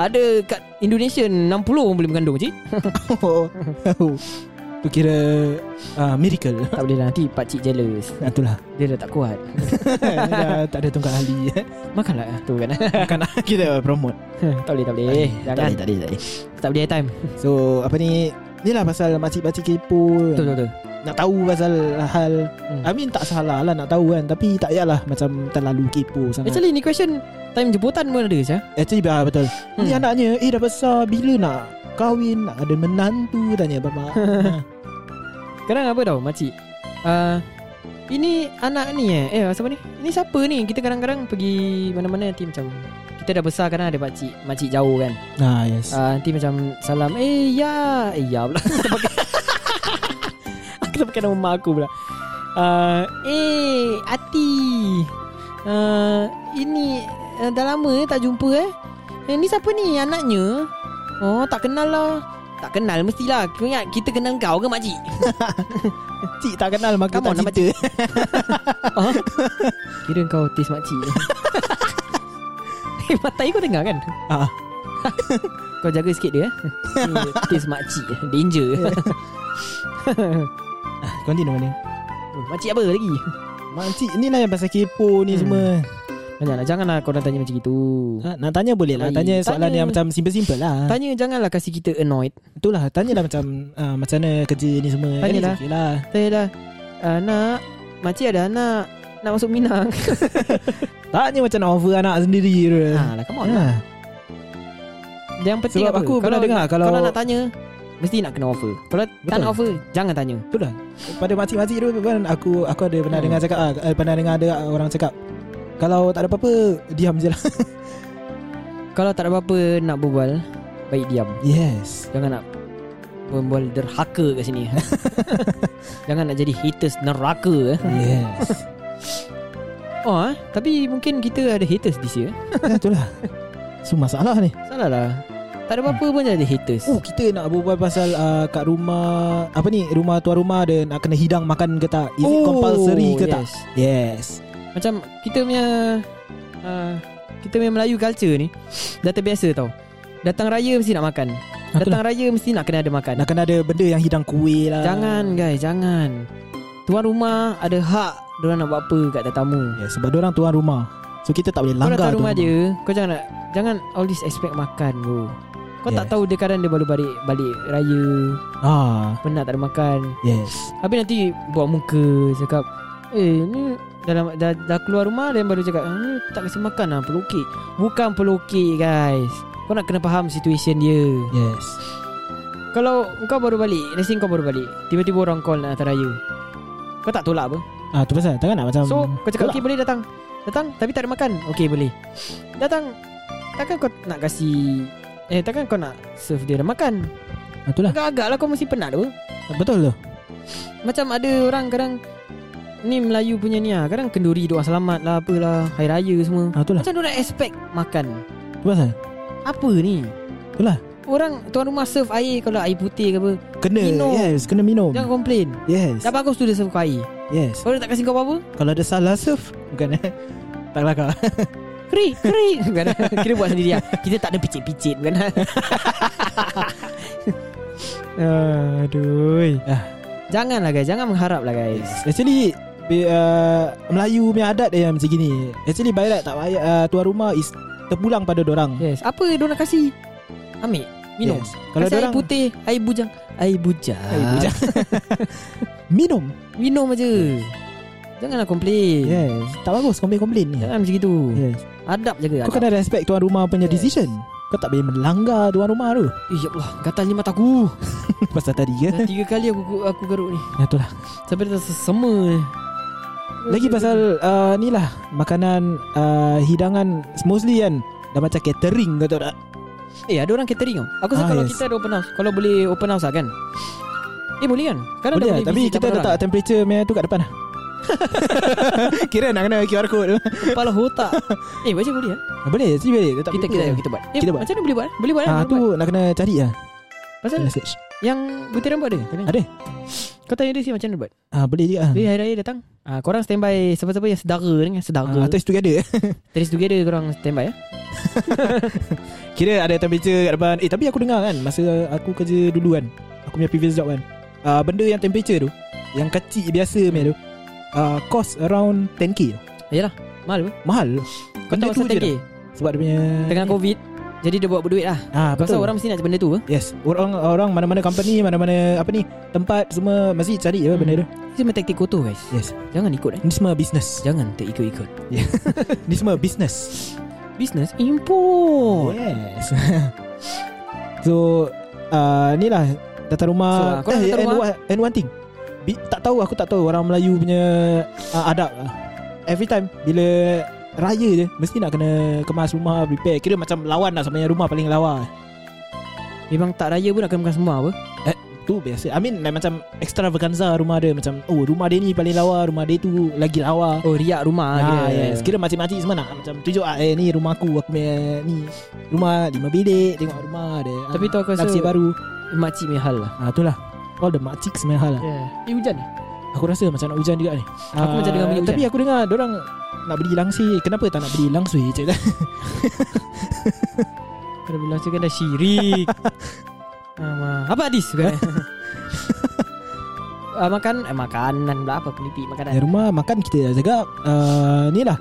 [SPEAKER 1] Ada kat Indonesia 60 orang boleh mengandung cik
[SPEAKER 2] Oh, oh. Tu kira uh, miracle.
[SPEAKER 1] Tak boleh lah Nanti pakcik jealous
[SPEAKER 2] Ah, itulah.
[SPEAKER 1] Dia dah tak kuat
[SPEAKER 2] Dah tak ada tungkat ahli.
[SPEAKER 1] Makanlah tu kan
[SPEAKER 2] Bukan kita promote.
[SPEAKER 1] Tak boleh tak boleh Jangan
[SPEAKER 2] tak boleh, tak boleh.
[SPEAKER 1] Tak boleh Hmm. time
[SPEAKER 2] So, apa ni? Ni lah pasal makcik-makcik kepo
[SPEAKER 1] Betul betul betul
[SPEAKER 2] Nak tahu pasal hal
[SPEAKER 1] Hmm.
[SPEAKER 2] I mean tak salah lah nak tahu kan Tapi tak payahlah Macam terlalu kepo sangat Actually,
[SPEAKER 1] Actually ni question Time jemputan pun ada Syah
[SPEAKER 2] Actually ah, betul Ni
[SPEAKER 1] Hmm.
[SPEAKER 2] anaknya Eh dah besar Bila nak kahwin Nak ada menantu Tanya bapak
[SPEAKER 1] Kadang apa tau makcik uh, Ini anak ni eh Eh siapa ni Ini siapa ni Kita kadang-kadang pergi Mana-mana nanti macam Kita dah besar kadang ada makcik Makcik jauh kan
[SPEAKER 2] Nah Ha, ah, yes
[SPEAKER 1] uh, Nanti macam Salam Eh ya Eh ya pula Kita pakai Aku tak pakai nama mak aku pula uh, Eh Ati uh, Ini uh, Dah lama eh tak jumpa eh Eh ni siapa ni anaknya Oh tak kenal lah tak kenal mestilah Kau ingat kita kenal kau ke makcik
[SPEAKER 2] Cik tak kenal Maka
[SPEAKER 1] Come on,
[SPEAKER 2] tak
[SPEAKER 1] nama
[SPEAKER 2] cinta
[SPEAKER 1] Kira kau taste makcik Eh matai kau dengar kan
[SPEAKER 2] Ah.
[SPEAKER 1] Kau jaga sikit dia eh? Ni Taste makcik Danger
[SPEAKER 2] Ya. Continue ni
[SPEAKER 1] Oh, Makcik apa lagi
[SPEAKER 2] Makcik ni lah yang pasal kepo ni
[SPEAKER 1] Hmm.
[SPEAKER 2] semua
[SPEAKER 1] Janganlah Janganlah korang tanya macam gitu
[SPEAKER 2] Ha, nak tanya boleh lah
[SPEAKER 1] Ai,
[SPEAKER 2] Tanya soalan
[SPEAKER 1] tanya.
[SPEAKER 2] yang macam simple-simple lah
[SPEAKER 1] Tanya janganlah kasih kita annoyed
[SPEAKER 2] Itulah Tanyalah macam uh, Macam mana kerja ni semua Eh,
[SPEAKER 1] Tanyalah.
[SPEAKER 2] it's okay lah
[SPEAKER 1] Tanya dah "Ah, Nak Makcik ada anak Nak masuk Minang
[SPEAKER 2] Tanya macam nak over anak sendiri tu ha,
[SPEAKER 1] Ha lah come on lah. Yang penting
[SPEAKER 2] Sebab
[SPEAKER 1] apa
[SPEAKER 2] aku pernah dengar Kalau,
[SPEAKER 1] Kalau nak tanya Mesti nak kena offer Kalau tak
[SPEAKER 2] Betul.
[SPEAKER 1] nak offer Jangan tanya
[SPEAKER 2] Itulah Pada makcik-makcik tu kan Aku aku ada pernah
[SPEAKER 1] Hmm.
[SPEAKER 2] dengar cakap ah, eh, Pernah dengar ada orang cakap Kalau tak ada apa-apa Diam je lah
[SPEAKER 1] Kalau tak ada apa-apa Nak berbual Baik diam
[SPEAKER 2] Yes
[SPEAKER 1] Jangan nak Berbual derhaka kat sini eh. Jangan nak jadi haters neraka eh.
[SPEAKER 2] Yes
[SPEAKER 1] Oh eh? Tapi mungkin kita ada haters this year
[SPEAKER 2] nah, Itulah Semua masalah ni
[SPEAKER 1] Salah lah Tak ada apa-apa pun ada haters
[SPEAKER 2] Oh kita nak berbual pasal uh, Kat rumah Apa ni Rumah tuan rumah ada Nak kena hidang makan ke tak
[SPEAKER 1] Oh,
[SPEAKER 2] Is it compulsory ke tak
[SPEAKER 1] yes.
[SPEAKER 2] Yes
[SPEAKER 1] Macam kita punya uh, Kita punya Melayu culture ni Dah terbiasa tau Datang raya mesti nak makan
[SPEAKER 2] Aku
[SPEAKER 1] Datang raya mesti nak kena ada makan
[SPEAKER 2] Nak kena ada benda yang hidang kuih lah
[SPEAKER 1] Jangan guys Jangan Tuan rumah ada hak Diorang nak buat apa kat tetamu
[SPEAKER 2] yeah, Sebab dia orang tuan rumah So kita tak boleh
[SPEAKER 1] Kau
[SPEAKER 2] langgar
[SPEAKER 1] datang
[SPEAKER 2] tuan
[SPEAKER 1] rumah dia Kau jangan nak Jangan all this expect makan bro Kau tak
[SPEAKER 2] Yes.
[SPEAKER 1] tahu dia kadang dia baru balik Balik raya
[SPEAKER 2] ah,
[SPEAKER 1] Penat tak ada makan
[SPEAKER 2] Yes
[SPEAKER 1] Habis nanti buat muka Cakap Eh ni dalam, dah, dah keluar rumah Dan baru cakap "Ah, ni Tak kasi makan lah Pelukik Bukan pelukik guys Kau nak kena faham Situation dia
[SPEAKER 2] Yes
[SPEAKER 1] Kalau kau baru balik Let's say kau baru balik Tiba-tiba orang call nak hantar raya Kau tak tolak apa
[SPEAKER 2] Ah tu pasal Takkan nak macam
[SPEAKER 1] So kau cakap
[SPEAKER 2] Tolak.
[SPEAKER 1] Okay boleh datang Datang tapi tak ada makan Okay boleh Datang Takkan kau nak kasi Eh takkan kau nak Serve dia dah makan
[SPEAKER 2] ah, Itulah
[SPEAKER 1] Agak-agak lah kau mesti penat tu
[SPEAKER 2] Betul tu
[SPEAKER 1] Macam ada orang kadang Ni Melayu punya ni lah Kadang kenduri doa selamat lah Apalah Hari Raya semua
[SPEAKER 2] ah, Itulah
[SPEAKER 1] Macam dia nak expect makan
[SPEAKER 2] Tu pasal lah.
[SPEAKER 1] Apa ni
[SPEAKER 2] Itulah
[SPEAKER 1] Orang tuan rumah serve air Kalau air putih ke apa
[SPEAKER 2] Kena
[SPEAKER 1] Minum.
[SPEAKER 2] Yes Kena minum
[SPEAKER 1] Jangan komplain
[SPEAKER 2] Yes
[SPEAKER 1] Dah bagus tu dia serve kau air
[SPEAKER 2] Yes
[SPEAKER 1] Kalau dia tak kasih kau apa-apa
[SPEAKER 2] Kalau ada salah surf Bukan eh Taklah kau
[SPEAKER 1] Keri Keri Bukan Kira buat sendiri lah Kita tak ada picit-picit Bukan
[SPEAKER 2] Aduh
[SPEAKER 1] Ah. Janganlah guys Jangan mengharap lah guys
[SPEAKER 2] Actually be- uh, Melayu punya adat dia macam gini Actually by right tak payah uh, Tuan rumah is terpulang pada dorang
[SPEAKER 1] Yes Apa dia nak kasih Ambil Minum
[SPEAKER 2] Yes. Kalau
[SPEAKER 1] Kasih
[SPEAKER 2] dorang
[SPEAKER 1] air putih Air bujang Air bujang
[SPEAKER 2] Air bujang. Minum
[SPEAKER 1] Minum aja Janganlah komplain Ya.
[SPEAKER 2] Yes Tak bagus komplain-komplain ni
[SPEAKER 1] Jangan macam gitu
[SPEAKER 2] Yes
[SPEAKER 1] Adab jaga
[SPEAKER 2] Kau
[SPEAKER 1] adab.
[SPEAKER 2] kena respect tuan rumah
[SPEAKER 1] Ya,
[SPEAKER 2] punya
[SPEAKER 1] Yes.
[SPEAKER 2] decision Kau tak boleh melanggar tuan rumah tu
[SPEAKER 1] Eh ya Allah Gatalnya mata aku
[SPEAKER 2] Pasal tadi ke
[SPEAKER 1] Dah tiga kali aku aku garuk ni
[SPEAKER 2] Ya itulah
[SPEAKER 1] Sampai dah sesama
[SPEAKER 2] Lagi pasal uh, ni lah Makanan uh, Hidangan Mostly kan Dah macam catering kau tahu tak
[SPEAKER 1] Eh ada orang catering tau Aku rasa
[SPEAKER 2] Ah,
[SPEAKER 1] kalau
[SPEAKER 2] yes.
[SPEAKER 1] kita ada open house Kalau boleh open house lah kan Eh boleh kan Kadang
[SPEAKER 2] Boleh
[SPEAKER 1] dah
[SPEAKER 2] lah Tapi
[SPEAKER 1] visit
[SPEAKER 2] kita
[SPEAKER 1] depan
[SPEAKER 2] letak temperature punya tu kat depan lah Kira nak kena QR code tu
[SPEAKER 1] orang. Kepala otak Eh baca boleh kan
[SPEAKER 2] Boleh Actually boleh Letak
[SPEAKER 1] Kita kita
[SPEAKER 2] paper.
[SPEAKER 1] kita buat Eh
[SPEAKER 2] Kita buat.
[SPEAKER 1] macam mana boleh buat Boleh buat kan
[SPEAKER 2] Ah
[SPEAKER 1] Boleh
[SPEAKER 2] tu
[SPEAKER 1] buat.
[SPEAKER 2] nak kena cari lah
[SPEAKER 1] Pasal
[SPEAKER 2] Kena search
[SPEAKER 1] yang Butir rambut ada Tanya.
[SPEAKER 2] Ada
[SPEAKER 1] Kau tanya dia si macam mana buat
[SPEAKER 2] Ah boleh juga ah.
[SPEAKER 1] Dia hari raya datang Ah, Korang standby Siapa-siapa yang sedara dengan Sedara
[SPEAKER 2] Ah, test together
[SPEAKER 1] Terus together korang standby ya
[SPEAKER 2] Kira ada temperature kat depan Eh tapi aku dengar kan Masa aku kerja dulu kan Aku punya previous job kan uh, Benda yang temperature tu Yang kecil biasa punya tu uh, Cost around 10k
[SPEAKER 1] Mahal apa
[SPEAKER 2] Mahal
[SPEAKER 1] eh. Kau tahu pasal
[SPEAKER 2] je Hmm.
[SPEAKER 1] 10k
[SPEAKER 2] tau. Sebab dia punya
[SPEAKER 1] Tengah covid Jadi dia buat berduit lah
[SPEAKER 2] ah,
[SPEAKER 1] Kau rasa
[SPEAKER 2] Betul
[SPEAKER 1] orang mesti nak macam benda tu eh? ke
[SPEAKER 2] Yes Orang orang mana-mana company Mana-mana apa ni Tempat semua Mesti cari je
[SPEAKER 1] Hmm.
[SPEAKER 2] benda tu
[SPEAKER 1] Itu memang taktik kotor guys
[SPEAKER 2] Yes
[SPEAKER 1] Jangan ikut eh
[SPEAKER 2] Ni semua business
[SPEAKER 1] Jangan terikut-ikut
[SPEAKER 2] Ya. Ni semua business
[SPEAKER 1] Business import
[SPEAKER 2] Yes Oh. So uh, Ni lah Datang rumah
[SPEAKER 1] So, korang datang
[SPEAKER 2] and,
[SPEAKER 1] rumah-
[SPEAKER 2] one, and one thing Bi- Tak tahu aku tak tahu Orang Melayu punya uh, Adab lah. Every time Bila Raya je Mesti nak kena Kemas rumah Prepare Kira macam lawan lah Sebenarnya rumah paling lawa
[SPEAKER 1] Memang tak raya pun nak kena makan semua apa
[SPEAKER 2] Tu biasa I mean like, Macam extravaganza rumah dia Macam Oh rumah dia ni paling lawa Rumah dia tu Lagi lawa
[SPEAKER 1] Oh riak rumah
[SPEAKER 2] Ah,
[SPEAKER 1] kira.
[SPEAKER 2] yes. Kira makcik-makcik semua nak Macam tunjuk ah, Eh ni rumah aku Aku punya ni Rumah lima bilik Tengok rumah ada
[SPEAKER 1] Tapi tu aku
[SPEAKER 2] ah,
[SPEAKER 1] rasa
[SPEAKER 2] Taksi baru
[SPEAKER 1] Makcik punya hal lah
[SPEAKER 2] Ah itulah. All the makcik semua hal lah.
[SPEAKER 1] yeah. Eh hujan ni
[SPEAKER 2] Aku rasa macam nak hujan juga ni. Ah,
[SPEAKER 1] Aku macam dengar bunyi hujan.
[SPEAKER 2] Tapi aku dengar orang nak beli langsir. Kenapa tak nak beli langsui je lah.
[SPEAKER 1] Kena bilang cakap dah syirik Ama. Apa hadis kan Ah, makan eh, makanan pula apa penipi
[SPEAKER 2] Di
[SPEAKER 1] makanan
[SPEAKER 2] rumah makan kita dah jaga. Uh, ni lah.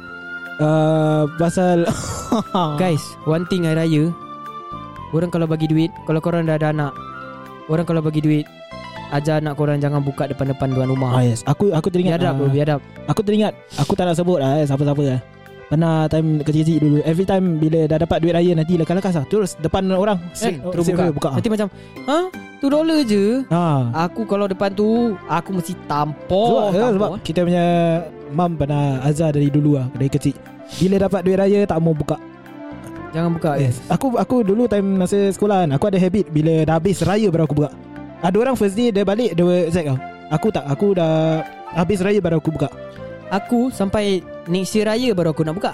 [SPEAKER 2] Uh, pasal Kan?
[SPEAKER 1] Guys, one thing hari raya Orang kalau bagi duit Kalau korang dah ada anak Orang kalau bagi duit Ajar anak korang jangan buka depan-depan tuan
[SPEAKER 2] Ah
[SPEAKER 1] rumah
[SPEAKER 2] yes, aku aku teringat.
[SPEAKER 1] Biadab
[SPEAKER 2] ah,
[SPEAKER 1] bro, biadab
[SPEAKER 2] aku teringat. Aku tak nak sebut lah eh, siapa-siapa lah. Pernah time kecil-kecil dulu Every time bila dah dapat duit raya Nanti lekas-lekas lah Terus depan orang
[SPEAKER 1] Eh,
[SPEAKER 2] straight-
[SPEAKER 1] terus
[SPEAKER 2] straight
[SPEAKER 1] buka.
[SPEAKER 2] away buka
[SPEAKER 1] Nanti macam Ha? Tu dollar je
[SPEAKER 2] ah.
[SPEAKER 1] Aku kalau depan tu Aku mesti tampol
[SPEAKER 2] sebab, ya, sebab kita punya Mam pernah azar dari dulu lah Dari kecil Bila dapat duit raya Tak mau buka
[SPEAKER 1] Jangan buka
[SPEAKER 2] yes. Aku aku dulu time Masa sekolah kan Aku ada habit Bila dah habis raya Baru aku buka Ada orang first day Dia balik Dia check tau Aku tak Aku dah Habis raya baru aku buka
[SPEAKER 1] Aku sampai Next year raya baru aku nak buka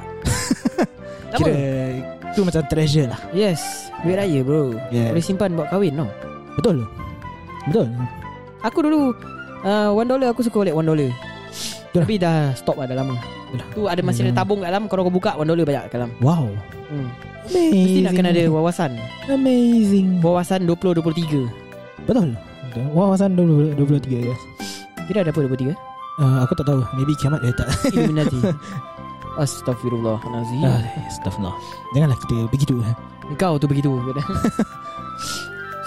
[SPEAKER 2] Kira
[SPEAKER 1] Lama
[SPEAKER 2] Tu macam treasure lah
[SPEAKER 1] Yes Duit raya bro
[SPEAKER 2] Yeah.
[SPEAKER 1] Boleh simpan buat kahwin no?
[SPEAKER 2] Betul Betul
[SPEAKER 1] Aku dulu uh, One dollar aku suka collect one dollar Tapi dah stop lah dah lama Tu ada masih
[SPEAKER 2] Hmm.
[SPEAKER 1] ada tabung kat dalam Kalau kau buka 1 dollar banyak kat dalam
[SPEAKER 2] Wow
[SPEAKER 1] hmm.
[SPEAKER 2] Amazing
[SPEAKER 1] Mesti nak kena ada wawasan
[SPEAKER 2] Amazing
[SPEAKER 1] Wawasan 20-23
[SPEAKER 2] Betul Wawasan 20, 23 guys
[SPEAKER 1] Kira ada apa 23
[SPEAKER 2] uh, Aku tak tahu Maybe kiamat dia tak
[SPEAKER 1] Illuminati Astaghfirullahalazim
[SPEAKER 2] Ah, Astaghfirullah Janganlah kita eh. begitu
[SPEAKER 1] Kau tu begitu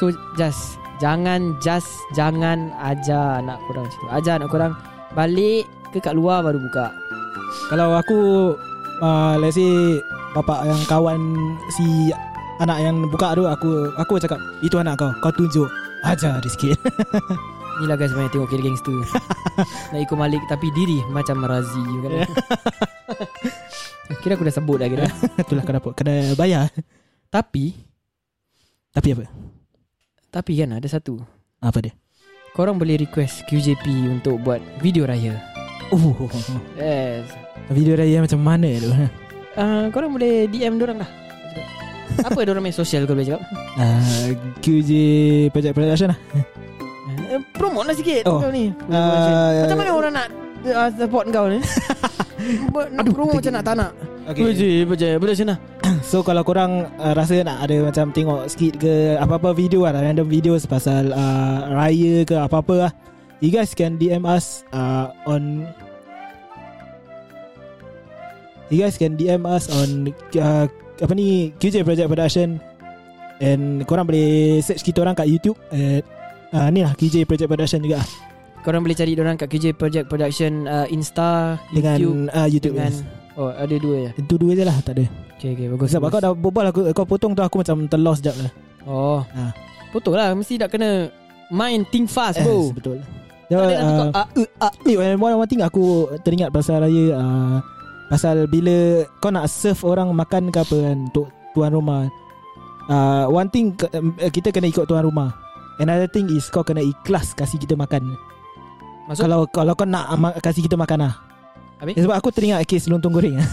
[SPEAKER 1] So just Jangan Just Jangan Ajar anak korang situ Ajar anak korang Balik ke kat luar baru buka
[SPEAKER 2] Kalau aku uh, Let's say Bapak yang kawan Si Anak yang buka tu Aku aku cakap Itu anak kau Kau tunjuk Ajar dia sikit
[SPEAKER 1] Inilah lah guys banyak tengok kira gangster Nak ikut Malik Tapi diri macam Razi kan? Kira aku dah sebut dah kira
[SPEAKER 2] Itulah kau dapat Kena bayar
[SPEAKER 1] Tapi
[SPEAKER 2] Tapi apa
[SPEAKER 1] Tapi kan ada satu
[SPEAKER 2] Apa dia
[SPEAKER 1] Korang boleh request QJP Untuk buat video raya
[SPEAKER 2] Oh, oh, oh, oh.
[SPEAKER 1] Yes
[SPEAKER 2] Video raya macam mana tu
[SPEAKER 1] uh, Korang boleh DM dorang dah lah. Apa dorang main sosial kau boleh cakap
[SPEAKER 2] uh, QJ Project Production lah
[SPEAKER 1] Eh, Promote lah sikit
[SPEAKER 2] Oh.
[SPEAKER 1] kau ni.
[SPEAKER 2] Ah,
[SPEAKER 1] Macam mana orang nak uh, support kau ni? Buat- nak promote macam nak tak nak. Boleh boleh boleh sana.
[SPEAKER 2] So kalau korang uh, rasa nak ada macam tengok sikit ke apa-apa video lah random videos pasal uh, raya ke apa-apa lah you guys can DM us uh, on you guys can DM us on uh, apa ni QJ Project Production and korang boleh search kita orang kat YouTube at uh, ni lah QJ Project Production juga lah.
[SPEAKER 1] Korang boleh cari orang kat KJ Project Production uh, Insta,
[SPEAKER 2] dengan
[SPEAKER 1] YouTube
[SPEAKER 2] YouTube, uh, YouTube
[SPEAKER 1] dengan
[SPEAKER 2] dengan
[SPEAKER 1] Oh, ada dua ya.
[SPEAKER 2] itu dua je lah tak ada
[SPEAKER 1] Okey okey bagus.
[SPEAKER 2] Sebab
[SPEAKER 1] bagus.
[SPEAKER 2] kau dah berbual aku, Kau potong tu aku macam terlost sekejap lah
[SPEAKER 1] Oh.
[SPEAKER 2] Ah.
[SPEAKER 1] Betul lah mesti nak kena main think fast bro.
[SPEAKER 2] Yes, Betul
[SPEAKER 1] Tak
[SPEAKER 2] Jawab,
[SPEAKER 1] boleh nak
[SPEAKER 2] uh,
[SPEAKER 1] tukar, ah, eh, ah.
[SPEAKER 2] Eh, and one more thing aku teringat pasal raya uh, pasal bila kau nak serve orang makan ke apa kan untuk tuan rumah. Uh, one thing ke- um, kita kena ikut tuan rumah. Another thing is kau kena ikhlas kasih kita makan.
[SPEAKER 1] Maksud?
[SPEAKER 2] Kalau kalau kau nak ama- kasih kita makan lah.
[SPEAKER 1] Habis?
[SPEAKER 2] Eh, sebab aku teringat kes lontong goreng. ah.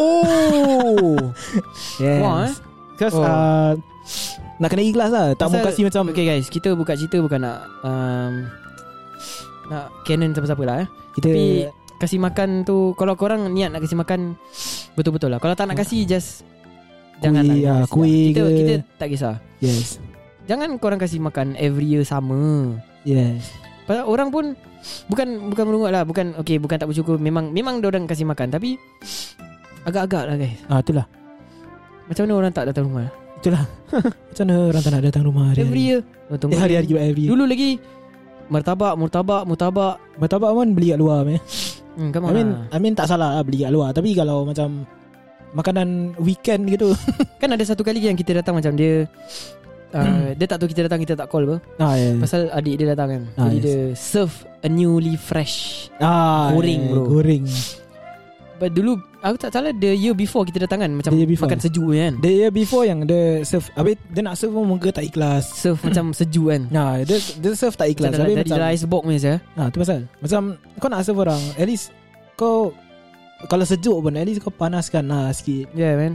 [SPEAKER 1] Oh.
[SPEAKER 2] yes.
[SPEAKER 1] Wah, eh.
[SPEAKER 2] Because
[SPEAKER 1] Oh.
[SPEAKER 2] uh, nak kena ikhlas lah. Tak mau
[SPEAKER 1] Pasal-
[SPEAKER 2] kasih macam
[SPEAKER 1] Okey guys, kita buka cerita bukan nak um, nak canon siapa-siapa lah eh.
[SPEAKER 2] kita
[SPEAKER 1] Tapi kasih makan tu Kalau korang niat nak kasih makan Betul-betul lah Kalau tak nak kasih just Jangan
[SPEAKER 2] Kuih, ah,
[SPEAKER 1] lah kasih
[SPEAKER 2] kuih
[SPEAKER 1] kita,
[SPEAKER 2] ke?
[SPEAKER 1] kita tak kisah
[SPEAKER 2] yes.
[SPEAKER 1] Jangan korang kasih makan Every year sama
[SPEAKER 2] Yes.
[SPEAKER 1] Pasal orang pun Bukan bukan merungut lah Bukan okay, bukan tak bersyukur Memang memang orang kasih makan Tapi Agak-agak lah guys
[SPEAKER 2] Ah itulah.
[SPEAKER 1] Macam mana orang tak datang rumah
[SPEAKER 2] Itulah. macam mana orang tak nak datang rumah hari-hari?
[SPEAKER 1] Every year oh, tunggu
[SPEAKER 2] Eh, Hari-hari every
[SPEAKER 1] Dulu lagi Martabak, murtabak, murtabak
[SPEAKER 2] Martabak pun beli kat luar meh.
[SPEAKER 1] Hmm, come
[SPEAKER 2] I
[SPEAKER 1] on
[SPEAKER 2] mean,
[SPEAKER 1] lah.
[SPEAKER 2] I mean tak salah lah beli kat luar. Tapi kalau macam makanan weekend gitu.
[SPEAKER 1] Kan ada satu kali yang kita datang macam dia uh, Dia tak tahu kita datang Kita tak call apa
[SPEAKER 2] ah, yeah.
[SPEAKER 1] Pasal adik dia datang kan
[SPEAKER 2] Ah,
[SPEAKER 1] Jadi
[SPEAKER 2] yes.
[SPEAKER 1] dia serve a newly fresh
[SPEAKER 2] ah,
[SPEAKER 1] Goreng,
[SPEAKER 2] eh,
[SPEAKER 1] bro.
[SPEAKER 2] Goreng.
[SPEAKER 1] But dulu Aku tak salah The year before kita datang kan Macam
[SPEAKER 2] The year before.
[SPEAKER 1] makan sejuk je kan
[SPEAKER 2] The year before yang dia serve, habis dia nak serve pun muka tak ikhlas.
[SPEAKER 1] Serve macam sejuk kan
[SPEAKER 2] Nah, dia, dia serve tak
[SPEAKER 1] Macam
[SPEAKER 2] ikhlas.
[SPEAKER 1] dalam- Dari
[SPEAKER 2] Habis Hmm. Lah, macam,
[SPEAKER 1] rice box ni saja
[SPEAKER 2] ah, tu pasal. Macam kau nak serve orang, at least kau kalau sejuk pun at least kau panaskan lah sikit.
[SPEAKER 1] Yeah man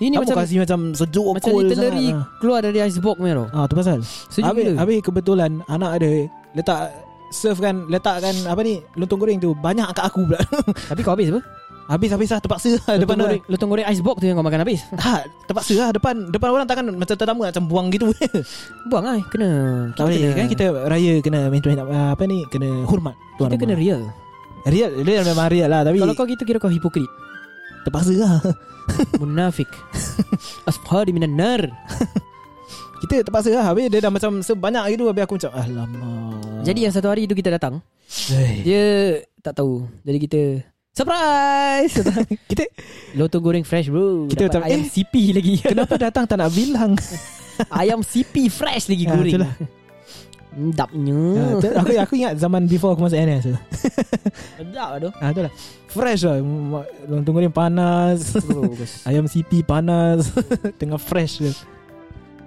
[SPEAKER 1] Ini
[SPEAKER 2] Ini
[SPEAKER 1] macam
[SPEAKER 2] macam kasih macam sejuk
[SPEAKER 1] Macam
[SPEAKER 2] cold
[SPEAKER 1] literally
[SPEAKER 2] sangat. lah.
[SPEAKER 1] Keluar dari ice box ni tau
[SPEAKER 2] Ah, ah tu pasal.
[SPEAKER 1] Sejuk
[SPEAKER 2] habis,
[SPEAKER 1] gila
[SPEAKER 2] habis kebetulan anak ada letak serve kan letakkan apa ni lontong goreng tu banyak kat aku pula.
[SPEAKER 1] Tapi kau habis apa
[SPEAKER 2] habis habis lah terpaksa lah Eh, depan
[SPEAKER 1] Lotong
[SPEAKER 2] orang.
[SPEAKER 1] goreng, lotong goreng ice box tu yang kau makan habis
[SPEAKER 2] Ha, terpaksa lah depan depan orang takkan macam tetamu nak macam buang gitu.
[SPEAKER 1] Buang lah Kena
[SPEAKER 2] tak boleh kan kita raya kena main main apa ni kena hormat tuan
[SPEAKER 1] Kita kena
[SPEAKER 2] rumah.
[SPEAKER 1] real
[SPEAKER 2] real real memang real lah tapi
[SPEAKER 1] Kalau kau gitu kira kau hipokrit
[SPEAKER 2] terpaksa lah.
[SPEAKER 1] Munafik Ashari minan nar
[SPEAKER 2] Kita terpaksa lah habis dia dah macam sebanyak gitu habis aku macam alamak.
[SPEAKER 1] Jadi yang satu hari tu kita datang
[SPEAKER 2] hey.
[SPEAKER 1] Dia tak tahu Jadi kita Surprise
[SPEAKER 2] kita
[SPEAKER 1] Lontong goreng fresh bro
[SPEAKER 2] Kita
[SPEAKER 1] Dapat
[SPEAKER 2] macam,
[SPEAKER 1] ayam
[SPEAKER 2] eh,
[SPEAKER 1] CP lagi
[SPEAKER 2] kenapa datang tak nak bilang?
[SPEAKER 1] Ayam CP fresh lagi
[SPEAKER 2] Ah,
[SPEAKER 1] goreng
[SPEAKER 2] itulah.
[SPEAKER 1] Sedapnya
[SPEAKER 2] Ah, tu- aku aku ingat zaman before aku masuk NS tu.
[SPEAKER 1] Sedap tu
[SPEAKER 2] Ah tu lah Fresh lah Ma- Lontong goreng panas Ayam sipi panas Tengah fresh je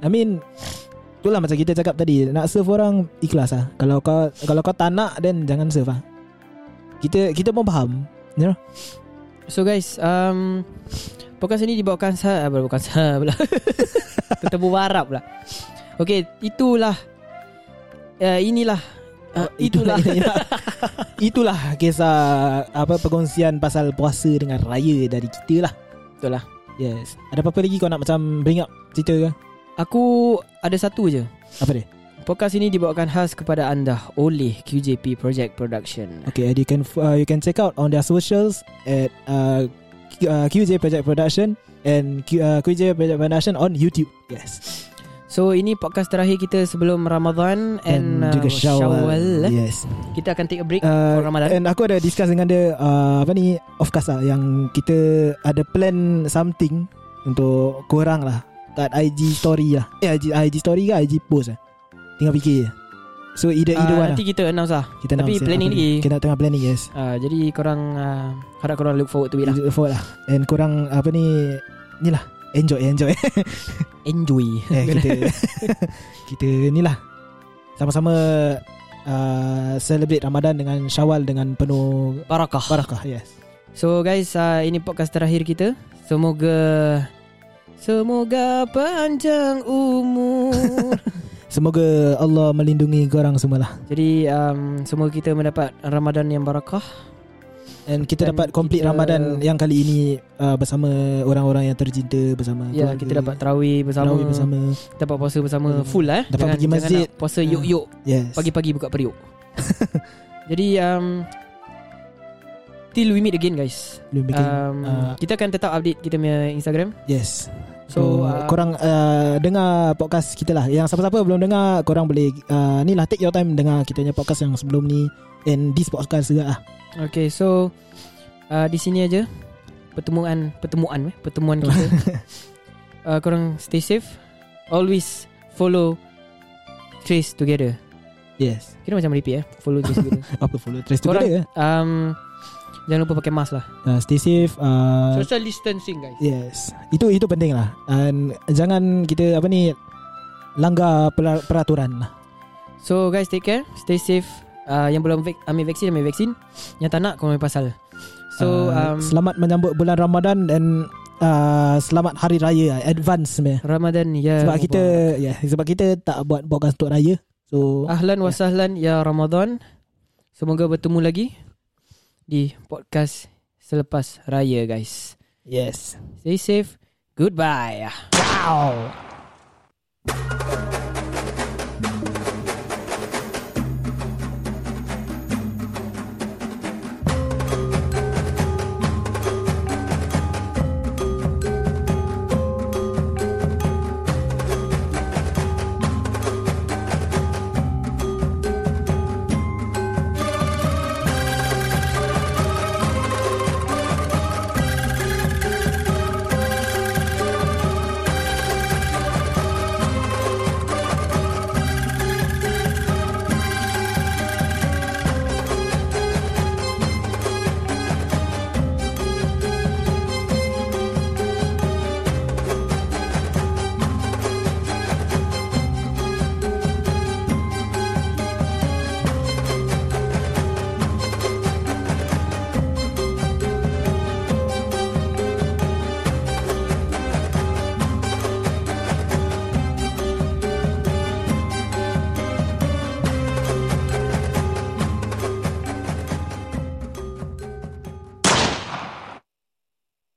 [SPEAKER 2] I mean Itulah macam kita cakap tadi Nak serve orang Ikhlas lah Kalau kau Kalau kau tak nak Then jangan serve lah Kita Kita pun faham
[SPEAKER 1] So guys um, Podcast ini dibawakan saya ah, Bukan saya pula Ketemu lah. Arab pula
[SPEAKER 2] Oh,
[SPEAKER 1] Okay eh, Itulah uh, Inilah uh, Itulah
[SPEAKER 2] lah. Itulah Itulah kisah apa perkongsian pasal puasa dengan raya dari kita lah.
[SPEAKER 1] Betul lah.
[SPEAKER 2] Yes. Ada apa-apa lagi kau nak macam bring up cerita ke?
[SPEAKER 1] Aku ada satu je
[SPEAKER 2] Apa dia?
[SPEAKER 1] Podcast ini dibawakan khas kepada anda oleh QJP Project Production
[SPEAKER 2] Okay, and you can uh, you can check out on their socials at uh, Q- uh, QJ Project Production and Q, uh, QJ Project Production on YouTube. Yes.
[SPEAKER 1] So ini podcast terakhir kita sebelum Ramadan And, uh, Syawal eh.
[SPEAKER 2] Yes.
[SPEAKER 1] Kita akan take a break
[SPEAKER 2] Uh,
[SPEAKER 1] for Ramadan
[SPEAKER 2] And aku ada discuss dengan dia uh, apa ni of course lah yang kita ada plan something untuk korang lah kat IG story lah. Eh IG, IG story ke IG post lah. Tinggal fikir je. So either
[SPEAKER 1] Ah,
[SPEAKER 2] either one
[SPEAKER 1] Nanti kita announce lah
[SPEAKER 2] lah. Kita
[SPEAKER 1] tapi
[SPEAKER 2] announce,
[SPEAKER 1] planning
[SPEAKER 2] apa dia.
[SPEAKER 1] lagi.
[SPEAKER 2] Kita tengah planning yes.
[SPEAKER 1] Ah, Jadi korang ah, Harap korang look forward to it lah
[SPEAKER 2] Look forward lah. And korang apa ni ni lah enjoy enjoy.
[SPEAKER 1] Enjoy
[SPEAKER 2] eh, kita kita ni lah sama-sama uh, celebrate Ramadan dengan Syawal dengan penuh
[SPEAKER 1] Barakah
[SPEAKER 2] barakah. Yes.
[SPEAKER 1] So guys, uh, ini podcast terakhir kita. Semoga semoga panjang umur.
[SPEAKER 2] Semoga Allah melindungi korang semua lah.
[SPEAKER 1] Jadi um, semoga kita mendapat Ramadan yang barakah.
[SPEAKER 2] And kita
[SPEAKER 1] Dan
[SPEAKER 2] dapat complete
[SPEAKER 1] kita-
[SPEAKER 2] Ramadan yang kali ini uh, bersama orang-orang yang tercinta bersama.
[SPEAKER 1] Ya,
[SPEAKER 2] keluarga,
[SPEAKER 1] kita dapat tarawih bersama,
[SPEAKER 2] tarawih bersama.
[SPEAKER 1] dapat puasa bersama
[SPEAKER 2] Hmm.
[SPEAKER 1] full lah. Eh.
[SPEAKER 2] Dapat pergi masjid.
[SPEAKER 1] nak puasa
[SPEAKER 2] Hmm.
[SPEAKER 1] yuk-yuk
[SPEAKER 2] Yes.
[SPEAKER 1] pagi-pagi buka periuk. Jadi um, till we meet again guys.
[SPEAKER 2] belum bikin.
[SPEAKER 1] um,
[SPEAKER 2] uh,
[SPEAKER 1] kita akan tetap update kita punya Instagram.
[SPEAKER 2] yes. So,
[SPEAKER 1] So, uh,
[SPEAKER 2] Hmm, Oh, korang uh, dengar podcast kita lah. Yang siapa-siapa belum dengar, korang boleh uh, ni lah take your time dengar kita punya podcast yang sebelum ni and this podcast juga lah.
[SPEAKER 1] Okay, so uh, di sini aja pertemuan pertemuan eh pertemuan kita. uh, korang stay safe. Always follow trace together.
[SPEAKER 2] Yes.
[SPEAKER 1] Kira macam repeat eh. Follow trace together.
[SPEAKER 2] Apa follow trace
[SPEAKER 1] Korang-
[SPEAKER 2] together. eh?
[SPEAKER 1] um jangan lupa pakai mask lah.
[SPEAKER 2] Uh, stay safe. Uh,
[SPEAKER 1] Social distancing guys.
[SPEAKER 2] Yes. Itu itu penting lah. And jangan kita apa ni langgar pela- peraturan lah.
[SPEAKER 1] So guys take care, stay safe. Uh, yang belum vak- ambil vaksin ambil vaksin. Yang tak nak kau ambil pasal. So
[SPEAKER 2] Uh,
[SPEAKER 1] um,
[SPEAKER 2] selamat menyambut bulan Ramadan dan uh, selamat hari raya lah, advance meh.
[SPEAKER 1] Ramadan ya.
[SPEAKER 2] Sebab kita ya sebab kita tak buat podcast untuk raya. So
[SPEAKER 1] Ahlan wa sahlan ya Ramadan. Semoga bertemu lagi di podcast selepas raya guys.
[SPEAKER 2] yes.
[SPEAKER 1] Stay safe. Goodbye.
[SPEAKER 2] Wow.